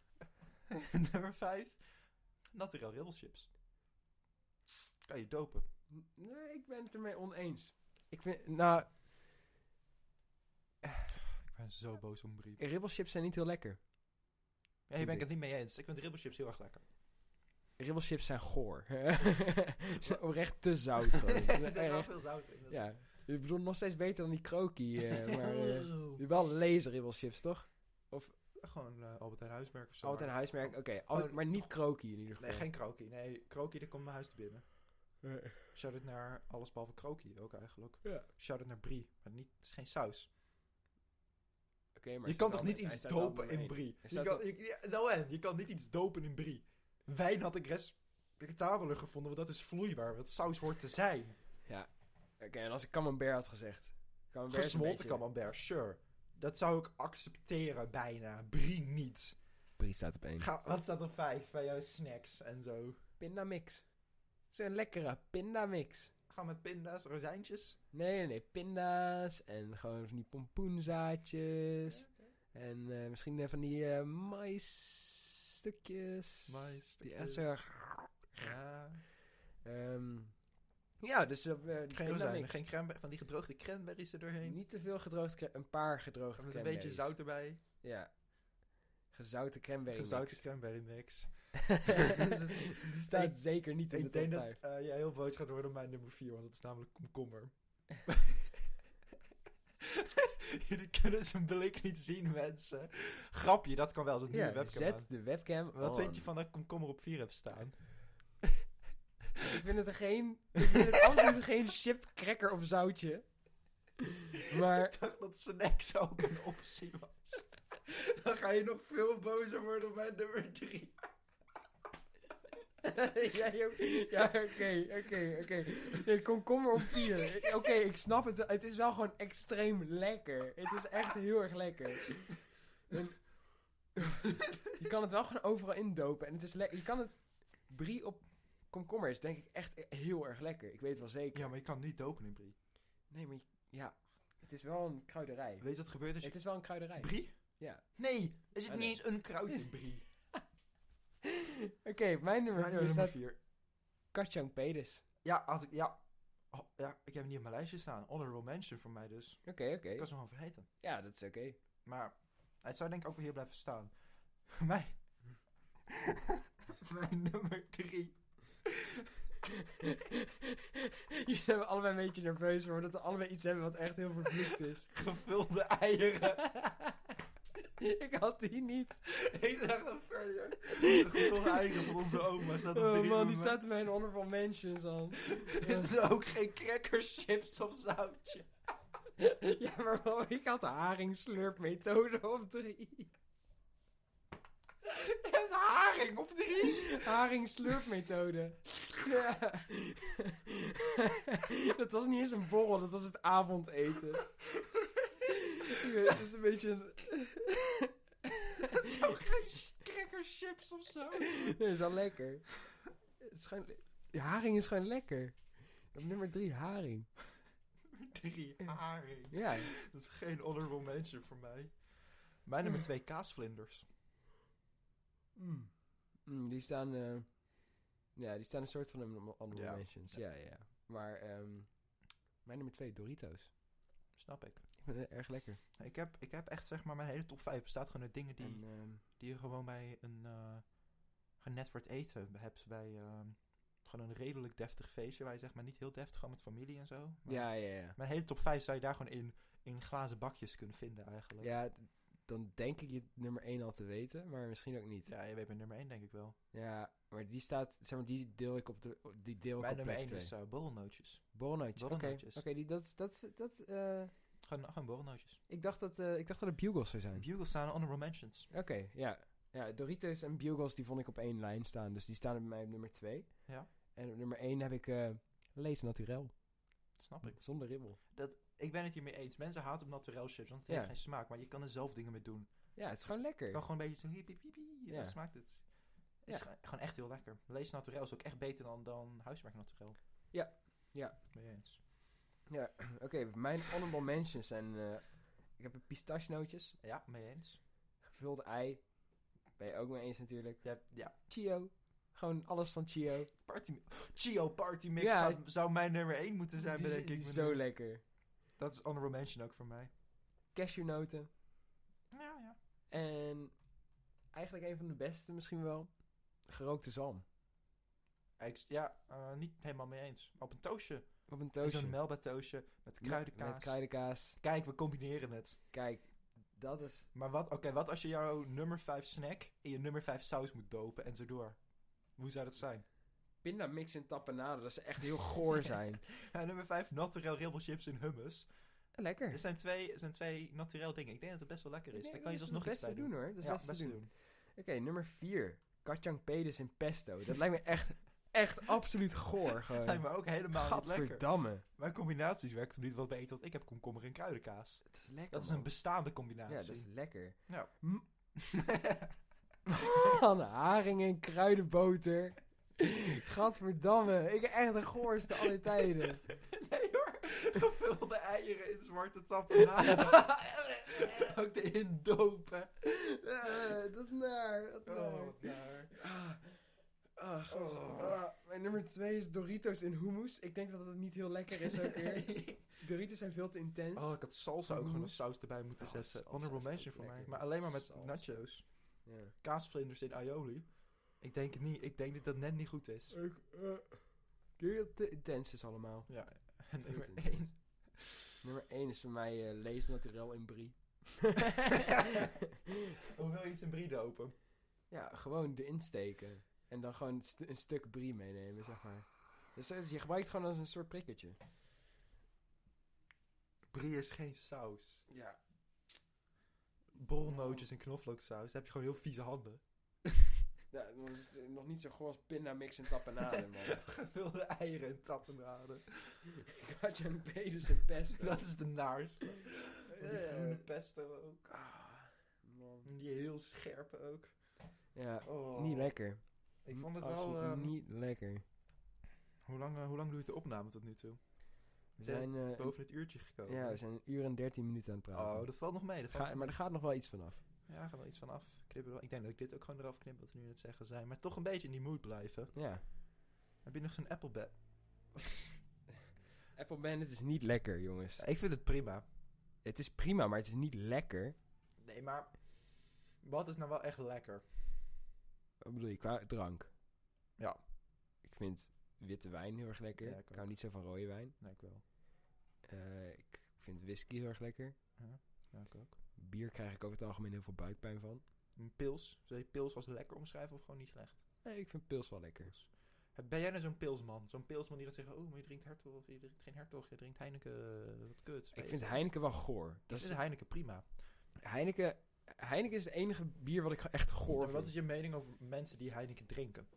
zoutjes. Nummer 5. Naturel ribbelchips. Kan je dopen. N- Nee, ik ben het ermee oneens. Ik vind, nou, Ik ben zo boos om Brie. ribbelchips zijn niet heel lekker. Ja, hier ben ik het niet mee eens. Ik vind ribbelchips heel erg lekker. Ribbelchips zijn goor. Ze zijn oprecht te zout. gewoon. Ze zijn er zit wel echt- veel zout in. dus- ja, ik bedoel nog steeds beter dan die krokie. eh, maar eh, je hebt wel laser ribbelchips, toch? Gewoon eh, Albert en Huismerk of zo. Altijd een huismerk, oké. altijd- maar niet krokie in ieder geval. Oh. Nee, geen krokie. Nee, krokie, daar komt mijn huis te binnen. Nee. Shout-out naar alles behalve krokie ook eigenlijk. Ja. Shout-out naar Brie. Maar niet, het is geen saus. Oké, maar je hij kan staat toch wel- niet hij iets staat wel dopen nummer in één. Brie? Hij Je staat kan, je- ja, nou en, je kan niet iets dopen in Brie. Wijn had ik respectabeler gevonden, want dat is vloeibaar. Wat saus hoort te zijn. Oké, en als ik camembert had gezegd. Camembert is een Gesmolten beetje- camembert, sure. Dat zou ik accepteren bijna. Brie niet. Brie staat op één. Ga, wat staat op vijf van jouw snacks en zo? Pindamix. Zo'n lekkere pindamix. Gaan met pinda's, rozijntjes? Nee, nee, nee. Pinda's en gewoon van die pompoenzaadjes. En eh, misschien eh, van die eh, maïsstukjes. Mais, Die echt zo... Ja. ehm, ja, dus... op eh, die Geen pinda rozijnen, mix. geen cranberry, van die gedroogde cranberries er doorheen. Niet te veel gedroogd... cra- Een paar gedroogd Met een beetje cranberries. zout erbij. Ja. Gezouten cranberry mix. Gezouten cranberry mix. Dus Die staat Ik- zeker niet in de Ik top denk dat 5. eh, jij heel boos gaat worden op mijn nummer 4, want dat is namelijk komkommer. Jullie kunnen zijn blik niet zien, mensen. Grapje, dat kan wel als het nu Ja, een webcam zet Oh. aan. de webcam Wat on. vind je van dat ik komkommer op 4 heb staan? Ik vind het geen... Ik vind het absoluut geen chip, cracker of zoutje. Maar... Ik dacht dat snacks ook een optie was. Dan ga je nog veel bozer worden op mijn nummer 3. ja, joh. ja, oké, oké, oké. Nee, Komkommer op 4. Oké, ik snap het. wel. Het is wel gewoon extreem lekker. Het is echt heel erg lekker. En- je kan het wel gewoon overal indopen. En het is lekker. Je kan het... Brie op komkommer is denk ik echt heel erg lekker. Ik weet het wel zeker. Ja, maar je kan niet dopen in Brie. Nee, maar je- ja. Het is wel een kruiderij. Weet je wat gebeurt als je... Het is wel een kruiderij. Brie Ja. Nee, er zit Ah, niet nee. eens een kruid in Brie. Oké, mijn nummer Ja, 4 ja, nummer staat 4. Katjang Pedis. Ja, had ik, ja. Oh, ja, ik heb hem niet op mijn lijstje staan. Honorable mention voor mij dus. Oké, oké. Ik was hem gewoon vergeten. Ja, dat is oké. Maar het zou denk ik ook wel hier blijven staan. Mijn, mijn nummer drie. Jullie zijn allebei een beetje nerveus voor, omdat we allebei iets hebben wat echt heel vervloekt is. Gevulde eieren. ik had die niet. ik dacht dat verder. Gevulde eieren van onze oma staat op Oh drie man, bij die mij. staat in mijn honorable mentions al. Dit is ook geen crackers, chips of zoutje. ja, maar wel, ik had de haringslurpmethode op drie. Je hebt haring op drie. Haringslurpmethode. ja. dat was niet eens een borrel, dat was het avondeten. Ik weet, het is een beetje een... Dat is ook geen crackers, chips of zo. Dat is wel lekker. Het is gewoon- ja, haring is gewoon lekker. Op nummer drie, haring. Drie haring. Ja. Dat is geen honorable mention voor mij. Mijn nummer twee, kaasvlinders. Mm, die staan... eh, ja, die staan een soort van een andere Ja. mentions. Ja, ja. ja. Maar ehm, mijn nummer twee, Doritos. Snap ik. Ik vind het erg lekker. Ik heb, ik heb echt zeg maar mijn hele top 5 bestaat gewoon uit dingen die, En, ehm, die je gewoon bij een eh genetwerkt eten hebt. Bij ehm, gewoon een redelijk deftig feestje waar je zeg maar niet heel deftig gewoon met familie en zo. Maar ja, ja, ja. Mijn hele top 5 zou je daar gewoon in, in glazen bakjes kunnen vinden eigenlijk. Ja, d- dan denk ik je nummer één al te weten, maar misschien ook niet. Ja, Ja, je weet mijn nummer 1 denk ik wel. maar die staat... Zeg maar, die deel ik op de... Die deel ik Mijn op nummer plek 1 twee. is eh borrelnootjes. Borrelnootjes. Oké, Borrelnootjes. oké, die- dat... dat, dat eh, Gewoon, gewoon borrelnootjes. ik, dacht dat eh, ik dacht dat het bugles zou zijn. Bugles staan honorable mentions. Oké, ja. ja. Doritos en Bugles die vond ik op één lijn staan. Dus die staan bij mij op nummer 2. Ja. En op nummer 1 heb ik eh Lees Naturel. Snap ik. Zonder ribbel. Ik ben het hiermee eens. Mensen haten op naturel chips, want het heeft Ja. geen smaak. Maar je kan er zelf dingen mee doen. Ja, het is gewoon Je lekker. kan gewoon een beetje zo hiep, hiep, hiep, hiep, Ja. dan smaakt het. Het is Ja. ge- gewoon echt heel lekker. Lees naturel is ook echt beter dan, dan huiswerk naturel. Ja, ja. Ben je eens? Ja, oké. mijn honorable mentions zijn... eh, ik heb pistachenootjes. Ja, ben je eens? Gevulde ei. Ben je ook mee eens natuurlijk. Ja, ja. Chio. Gewoon alles van Chio. Party, Chio Party Mix Ja. zou, zou mijn nummer 1 moeten zijn, die is, bedenk die ik. is me zo nu. lekker. Dat is honorable mention ook voor mij. Cashewnoten. Ja, ja. En eigenlijk een van de beste misschien wel. Gerookte zalm. Ik, ja, eh, niet helemaal mee eens. Op een toastje. Op een toastje. Zo'n melba toastje met Met- kruidenkaas. Met kruidenkaas. Kijk, we combineren het. Kijk, dat is... Maar wat, oké, wat als je jouw nummer 5 snack in je nummer 5 saus moet dopen en zo door? Hoe zou dat zijn? Pindamix en tapenade, dat ze echt heel goor zijn. Ja, nummer 5, naturel ribbel chips in hummus. Lekker. Er zijn twee, zijn twee naturel dingen. Ik denk dat het best wel lekker is. Daar kan je zelfs nog iets bij doen. hoor. Dat is Ja, best, te doen. doen. Oké, nummer 4. Kacang Pedis en pesto. Dat lijkt me echt, echt absoluut goor. Gewoon. Lijkt me ook helemaal niet lekker. Gadverdamme. Mijn combinaties werken niet wat beter, want ik heb komkommer en kruidenkaas. Dat is lekker, Dat is een man. bestaande Ja, dat combinatie. is lekker. Ja. Van haring en kruidenboter. Gadverdamme. Ik ben echt de goorste alle tijden. nee hoor, gevulde eieren in zwarte tapenade. ook de indopen. Eh, dat naar, dat Oh, naar. wat naar. Ah, ah, gast. Oh. Ah, mijn nummer 2 is Doritos in hummus. Ik denk dat dat niet heel lekker is ook weer. Nee. Doritos zijn veel te intens. Oh, ik had salsa ook gewoon een saus erbij moeten Oh, zetten. salsa Honorable is ook mention voor mij. lekker. Maar alleen maar met Salsa. nachos. Ja. Kaasvlinders in aioli. Ik denk het niet. Ik denk dat dat net niet goed is. Ik, eh, denk dat het te intens is allemaal. Ja, en Heel nummer intens. 1. Nummer 1 is voor mij eh Lees Naturel in Brie. Hoe wil je iets in Brie open? ja, gewoon erin steken. En dan gewoon st- een stuk Brie meenemen, zeg maar. Dus, dat is- je gebruikt het gewoon als een soort prikketje. Brie is geen saus. Ja. Borrelnootjes en knoflooksaus. Dan heb je gewoon heel vieze handen. ja dan is het eh, nog niet zo goor als pindamix en tapenade, man. Gevulde eieren en tapenade. Katjan Peders en pesto. Dat is de naarste. Die Eh. groene pesto ook. Ah, man. Die heel scherpe ook. Ja, Oh. niet lekker. Ik vond het Absoluut wel... ehm, niet lekker. hoe, lang, eh, hoe lang doe je de opname tot nu toe? We de- zijn, eh, Boven het uurtje gekomen. ja, we zijn een uur en dertien minuten aan het praten. Oh, dat valt nog mee. Dat valt Ga- maar er gaat nog wel iets vanaf. Ja, gaan we wel iets van af. Knippen we wel. Ik denk dat ik dit ook gewoon eraf knip wat we nu net zeggen zijn. Maar toch een beetje in die mood blijven. Ja. Heb je nog zo'n Apple bed? Apple Bandit is niet lekker, jongens. ik vind het prima. Het is prima, maar het is niet lekker. Nee, maar wat is nou wel echt lekker? Wat bedoel je, qua drank? Ja. Ik vind witte wijn heel erg lekker. Ja, ik ik ook. hou niet zo van rode wijn. Nee, ik wel. Eh, ik vind whisky heel erg lekker. Ja, ik ook. Bier krijg ik over het algemeen heel veel buikpijn van. Een pils. Zou je pils als lekker omschrijven of gewoon niet slecht? Nee, ik vind pils wel lekker. Ben jij nou zo'n pilsman? Zo'n pilsman die gaat zeggen, oh, maar je drinkt hertog, je drinkt geen hertog, je drinkt Heineken, eh, wat kut. Ik vind Heineken wel goor. Dat Dat is is, Heineken prima. Heineken, Heineken is het enige bier wat ik ge- echt Ja, goor maar vind. wat is je mening over mensen die Heineken drinken?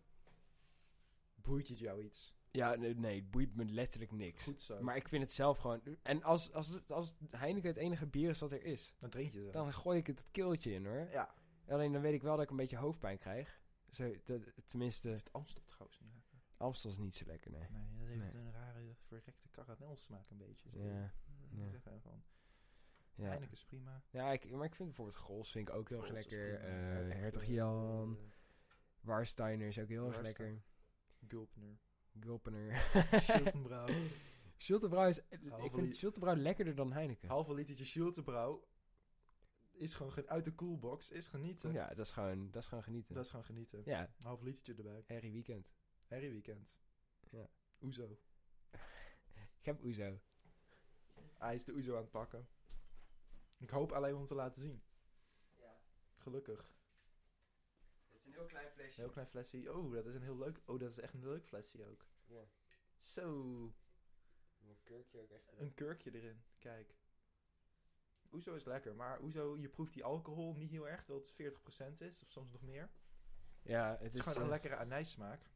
Boeit het jou iets? Ja, nee, nee, het boeit me letterlijk niks. Goed eh, zo. Maar ik vind het zelf gewoon... En als, als, het- als Heineken het enige bier is wat er is, dan drink je het. dan gooi ik het het keeltje in, hoor. Ja. Alleen dan weet ik wel dat ik een beetje hoofdpijn krijg. Zo, dat, tenminste, Het Amstel trouwens niet lekker. Amstel is niet zo lekker, nee. Nee, dat heeft Nee. een rare verrekte karamelsmaak een beetje. Zo. Ja, Ik ja. zeg ervan. Dus, eh, ja. Heineken is prima. ja ik, maar ik vind bijvoorbeeld Gols vind ik ook heel erg Pils is lekker. prima. Eh, Hertog, Hertog eh, Jan, Warsteiner is ook heel erg Warstein. lekker. Gulpner. Gulpener. Schultenbrouw. Schultebrouw is... ik Halve vind li- Schultebrouw lekkerder dan Heineken. Halve litertje Schultenbrouw. Is gewoon ge- uit de koelbox. Is genieten. Ja, dat is gewoon, dat is gewoon genieten. Dat is gewoon genieten. Ja, Half litertje erbij. Harry Weekend. Harry Weekend. Ja. Oezo. Ik heb Oezo. Hij is de Oezo aan het pakken. Ik hoop alleen om te laten zien. Ja, Gelukkig. het is een heel klein Een flesje. heel klein flesje. Oh, dat is een heel leuk. Oh, dat is echt een leuk flesje ook. Ja. Zo. Mijn kurkje ook echt. Een kurkje erin. Kijk. Oezo is lekker, maar Oezo, je proeft die alcohol niet heel erg, terwijl het 40% is, of soms nog meer. Ja, Het het is is... gewoon een eh, lekkere anijssmaak.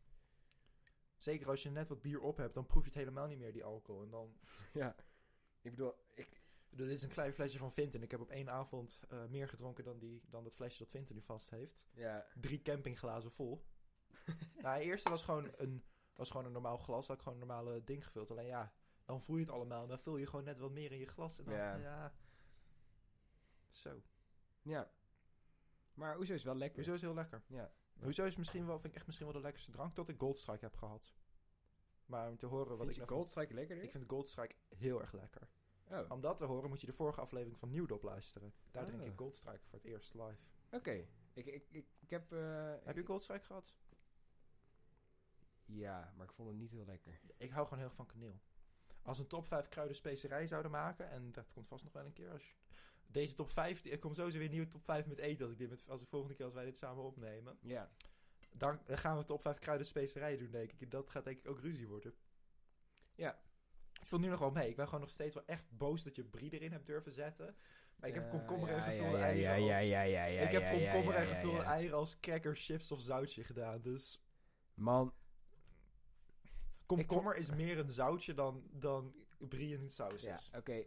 Zeker als je net wat bier op hebt, dan proef je het helemaal niet meer, die alcohol. En dan, ja. Ik bedoel, ik... dit is een klein flesje van Vinten. Ik heb op één avond eh, meer gedronken dan, die, dan dat flesje dat Vinten nu vast heeft. Ja. Drie campingglazen vol. nou, het eerste was gewoon, een, was gewoon een normaal glas, had ik gewoon een normale ding gevuld. Alleen ja, dan voel je het allemaal. En dan vul je gewoon net wat meer in je glas. En dan, Ja. ja. Zo. Ja. Maar Oezo is wel lekker. Hoezo is heel lekker. Ja. Hoezo is misschien wel, vind ik echt misschien wel de lekkerste drank tot ik Goldstrike heb gehad. Maar om te horen wat Vind ik je nou van- Goldstrike lekkerder? Ik vind Goldstrike heel erg lekker. Oh, oké. Om dat te horen moet je de vorige aflevering van Nieuwdop luisteren. Daar drink Ah. ik Goldstrike voor het eerst live. Ik, ik, ik, ik heb... eh, Heb je ik- Goldstrike gehad? Ja, maar ik vond het niet heel lekker. Ik hou gewoon heel erg van kaneel. Als een top 5 kruiden specerij zouden maken, en dat komt vast nog wel een keer. Als je- deze top 5, die- er komt sowieso weer een nieuwe top 5 met eten als, ik dit met, als de volgende keer als wij dit samen opnemen. Ja. Dan dan gaan we top 5 kruiden specerij doen, denk ik. Dat gaat denk ik ook ruzie worden. Ja. Het viel nu nog wel mee. Ik ben gewoon nog steeds wel echt boos dat je brie erin hebt durven zetten. Maar ik heb Eh, komkommer en ja, gevulde ja, eieren Ja, ja, als- ja, ja, ja, ik heb ja, ja, komkommer ja, en ja, gevulde ja. eieren als cracker, chips of zoutje gedaan. Dus Man, komkommer is meer een zoutje dan, dan brie in saus ja, is. oké.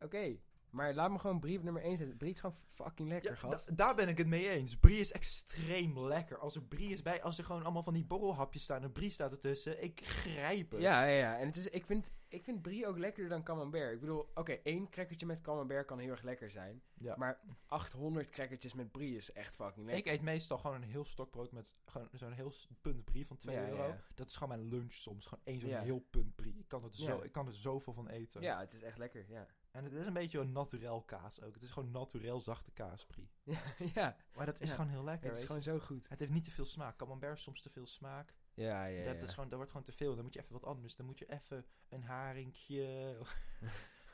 Oké. Maar laat me gewoon brief nummer 1 zetten. Brie is gewoon fucking lekker, Ja, gast. da- daar ben ik het mee eens. Brie is extreem lekker. Als er brie is bij, als er gewoon allemaal van die borrelhapjes staan en brie staat ertussen, ik grijp het. Ja, ja, ja. En het is, ik, vind, ik vind brie ook lekkerder dan camembert. Ik bedoel, oké, één crackertje met camembert kan heel erg lekker zijn. Ja. Maar 800 crackertjes met brie is echt fucking Ik lekker. eet meestal gewoon een heel stokbrood met gewoon zo'n heel s- punt brie van 2 Ja, ja, euro. ja. Dat is gewoon mijn lunch soms. Gewoon één zo'n Ja. heel punt brie. Ik kan, het zo, Ja. ik kan er zoveel van eten. ja, het is echt lekker, ja. En het is een beetje een naturel kaas ook. Het is gewoon naturel zachte kaas brie. ja, Maar dat is Ja. gewoon heel lekker. het weet is je. gewoon zo goed. Het heeft niet te veel smaak. Camembert is soms te veel smaak. Ja, ja, dat, ja. Is gewoon, dat wordt gewoon te veel. Dan moet je even wat anders. Dan moet je even een haringje.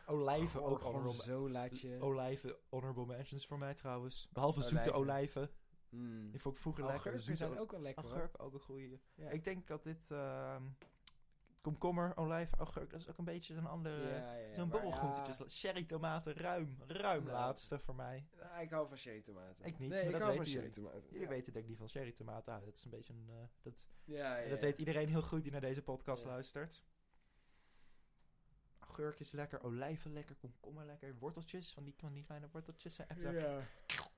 olijven Goh, ook Oh, gewoon honorable, zo laat je... olijven honorable mentions voor mij trouwens. Behalve zoete Olijven. olijven. Mm. Die vond ik vroeger lekker. Augurken Zoete zijn olijven. ook wel lekker, hoor. Augurk ook een goeie. Ja. Ik denk dat dit ehm, komkommer, olijf, augurk, dat is ook een beetje zo'n andere... Ja, ja, eh, Zo'n maar borrelgroentetjes. Sherry tomaten, ruim. Ruim Nou. laatste voor mij. ja. Ah, ik hou van cherrytomaten. Ik niet, Nee, maar ik dat hou weten van jullie. cherrytomaten. Jullie ja. weten denk ik niet van sherry tomaten. Ah, dat is een beetje een... eh, dat, Ja, ja, En dat ja. weet iedereen heel goed die naar deze podcast Ja. luistert. Geurkjes lekker, olijven lekker, komkommer lekker, worteltjes, van die, van die kleine worteltjes. hè, Even zo. Ja.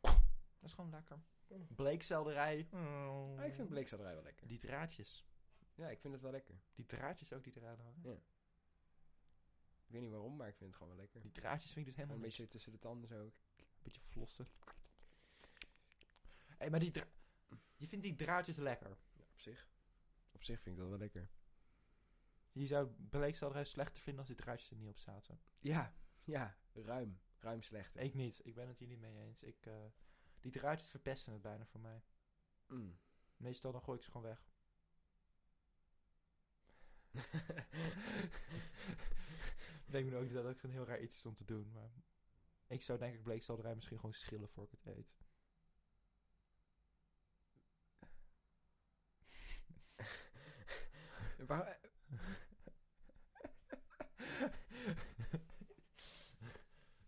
Dat is gewoon lekker. Mm. Bleekselderij. Ah, ik vind bleekselderij wel lekker. Die draadjes. Ja, ik vind het wel lekker. Die draadjes ook die eraan hangen. Ik weet niet waarom, maar ik vind het gewoon wel lekker. Die draadjes vind ik dus En helemaal een niks. beetje tussen de tanden zo. beetje flossen. Hey, maar die dra- je vindt die draadjes lekker. Ja, op zich. Op zich vind ik dat wel lekker. Je zou belegselderij slechter vinden als die draadjes er niet op zaten. Ja, ja. Ruim. Ruim slecht. Ik niet. Ik ben het hier niet mee eens. Ik, eh, die draadjes verpesten het bijna voor mij. Mm. Meestal dan gooi ik ze gewoon weg. Weet me nu ook dat ook een heel raar iets is om te doen. Maar ik zou denk ik bleekselderij misschien gewoon schillen voor ik het eet. Waar-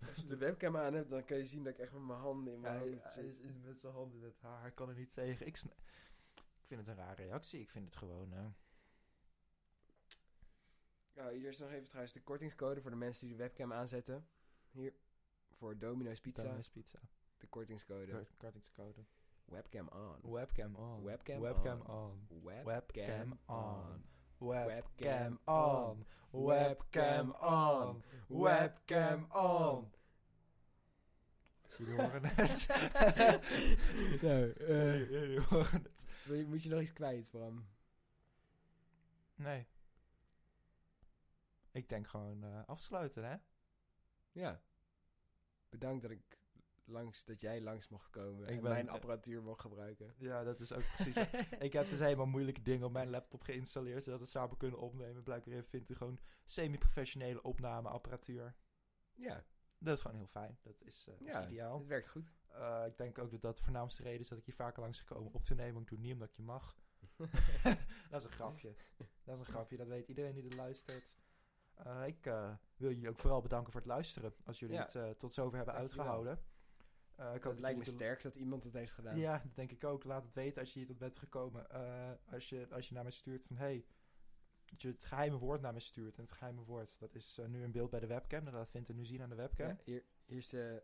als je de webcam aan hebt, dan kan je zien dat ik echt met mijn handen in mijn hij, handen hij is, zit. Nou, is met zijn handen in het haar. Hij kan er niet tegen. Ik, sn- ik vind het een rare reactie. Ik vind het gewoon... eh, Nou, hier is nog even trouwens de kortingscode voor de mensen die de webcam aanzetten. Hier, voor Domino's Pizza, Domino's pizza. de kortingscode. Kort- Kortingscode. Webcam on. Webcam on. Webcam Webcam on. Webcam, on. Webcam on. Webcam Webcam on. Webcam on. Webcam on. Jullie horen het. nou, eh, Jullie horen het. wil je- moet je nog iets kwijt, Bram? Nee. Ik denk gewoon eh, afsluiten, hè? Ja. Bedankt dat ik langs, dat jij langs mocht komen Ik en ben- mijn apparatuur mocht gebruiken. Ja, dat is ook precies. ik heb dus helemaal moeilijke dingen op mijn laptop geïnstalleerd, zodat we het samen kunnen opnemen. Blijkbaar heeft Vinten gewoon semi-professionele opnameapparatuur. Ja, Dat is gewoon heel fijn. Dat is, eh, dat is ja ideaal. het werkt goed. Eh, ik denk ook dat dat de voornaamste reden is dat ik je vaker langs gekomen om op te nemen. Ik doe het niet omdat ik je mag. dat is een grapje. Dat is een grapje. Dat weet iedereen die er luistert. Eh, ik eh, wil jullie ook vooral bedanken voor het luisteren. Als jullie Ja. het eh, tot zover hebben Dankjewel. uitgehouden. Eh, ik hoop dat Het lijkt me jullie de- sterk dat iemand het heeft gedaan. Ja, dat denk ik ook. Laat het weten als je hier tot bent gekomen. Eh, als, je, als je naar mij stuurt van... Hey, dat je het geheime woord naar mij stuurt. En het geheime woord, dat is eh, nu in beeld bij de webcam. Dat laat Vinten nu zien aan de webcam. Ja, hier, hier is de...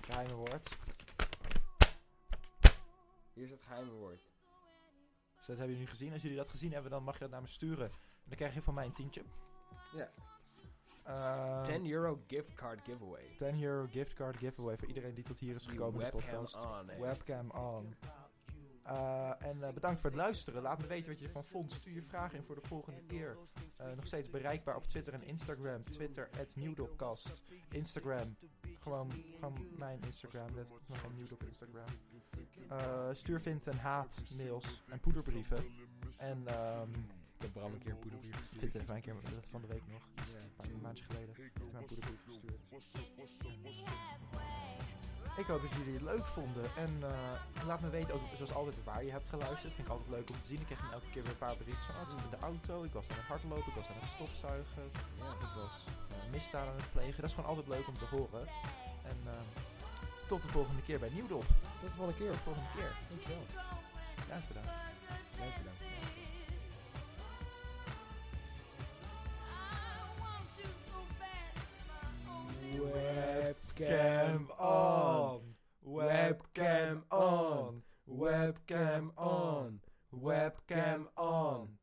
Geheime woord. Hier is het geheime woord. Dus dat hebben jullie gezien. Als jullie dat gezien hebben, dan mag je dat naar me sturen. En dan krijg je van mij een tientje. Ja. Eh, 10 euro gift card giveaway. 10 euro gift card giveaway voor iedereen die tot hier is Die gekomen in de webcam podcast. on heeft. Webcam on. Eh, en eh, bedankt voor het luisteren. Laat me weten wat je ervan vond. Stuur je vragen in voor de volgende keer. Eh, nog steeds bereikbaar op Twitter en Instagram. Twitter, at Newdopcast. Instagram, gewoon, gewoon mijn Instagram. Dat is gewoon Newdop Instagram. Eh, stuur vindt en haat, mails en poederbrieven. En ehm, Ik heb Bram een keer een poederbrief gestuurd. Vindt heeft mij een keer eh, van de week nog. Een paar maandjes geleden. Heeft hij mij een poederbrief gestuurd. Ik hoop dat jullie het leuk vonden. En eh, laat me weten, ook zoals altijd, waar je hebt geluisterd. Vind ik altijd leuk om te zien. Ik krijg dan elke keer weer een paar berichten van... Oh, ik zat in de auto, ik was aan het hardlopen, ik was aan het stofzuigen. Ja. Ik was eh, misdaad aan het plegen. Dat is gewoon altijd leuk om te horen. En eh, tot de volgende keer bij Nieuwdop. Tot de volgende Tot keer. de volgende keer. Dankjewel. Graag gedaan. Dank je wel. Webcam on. Webcam on. Webcam on. Webcam on.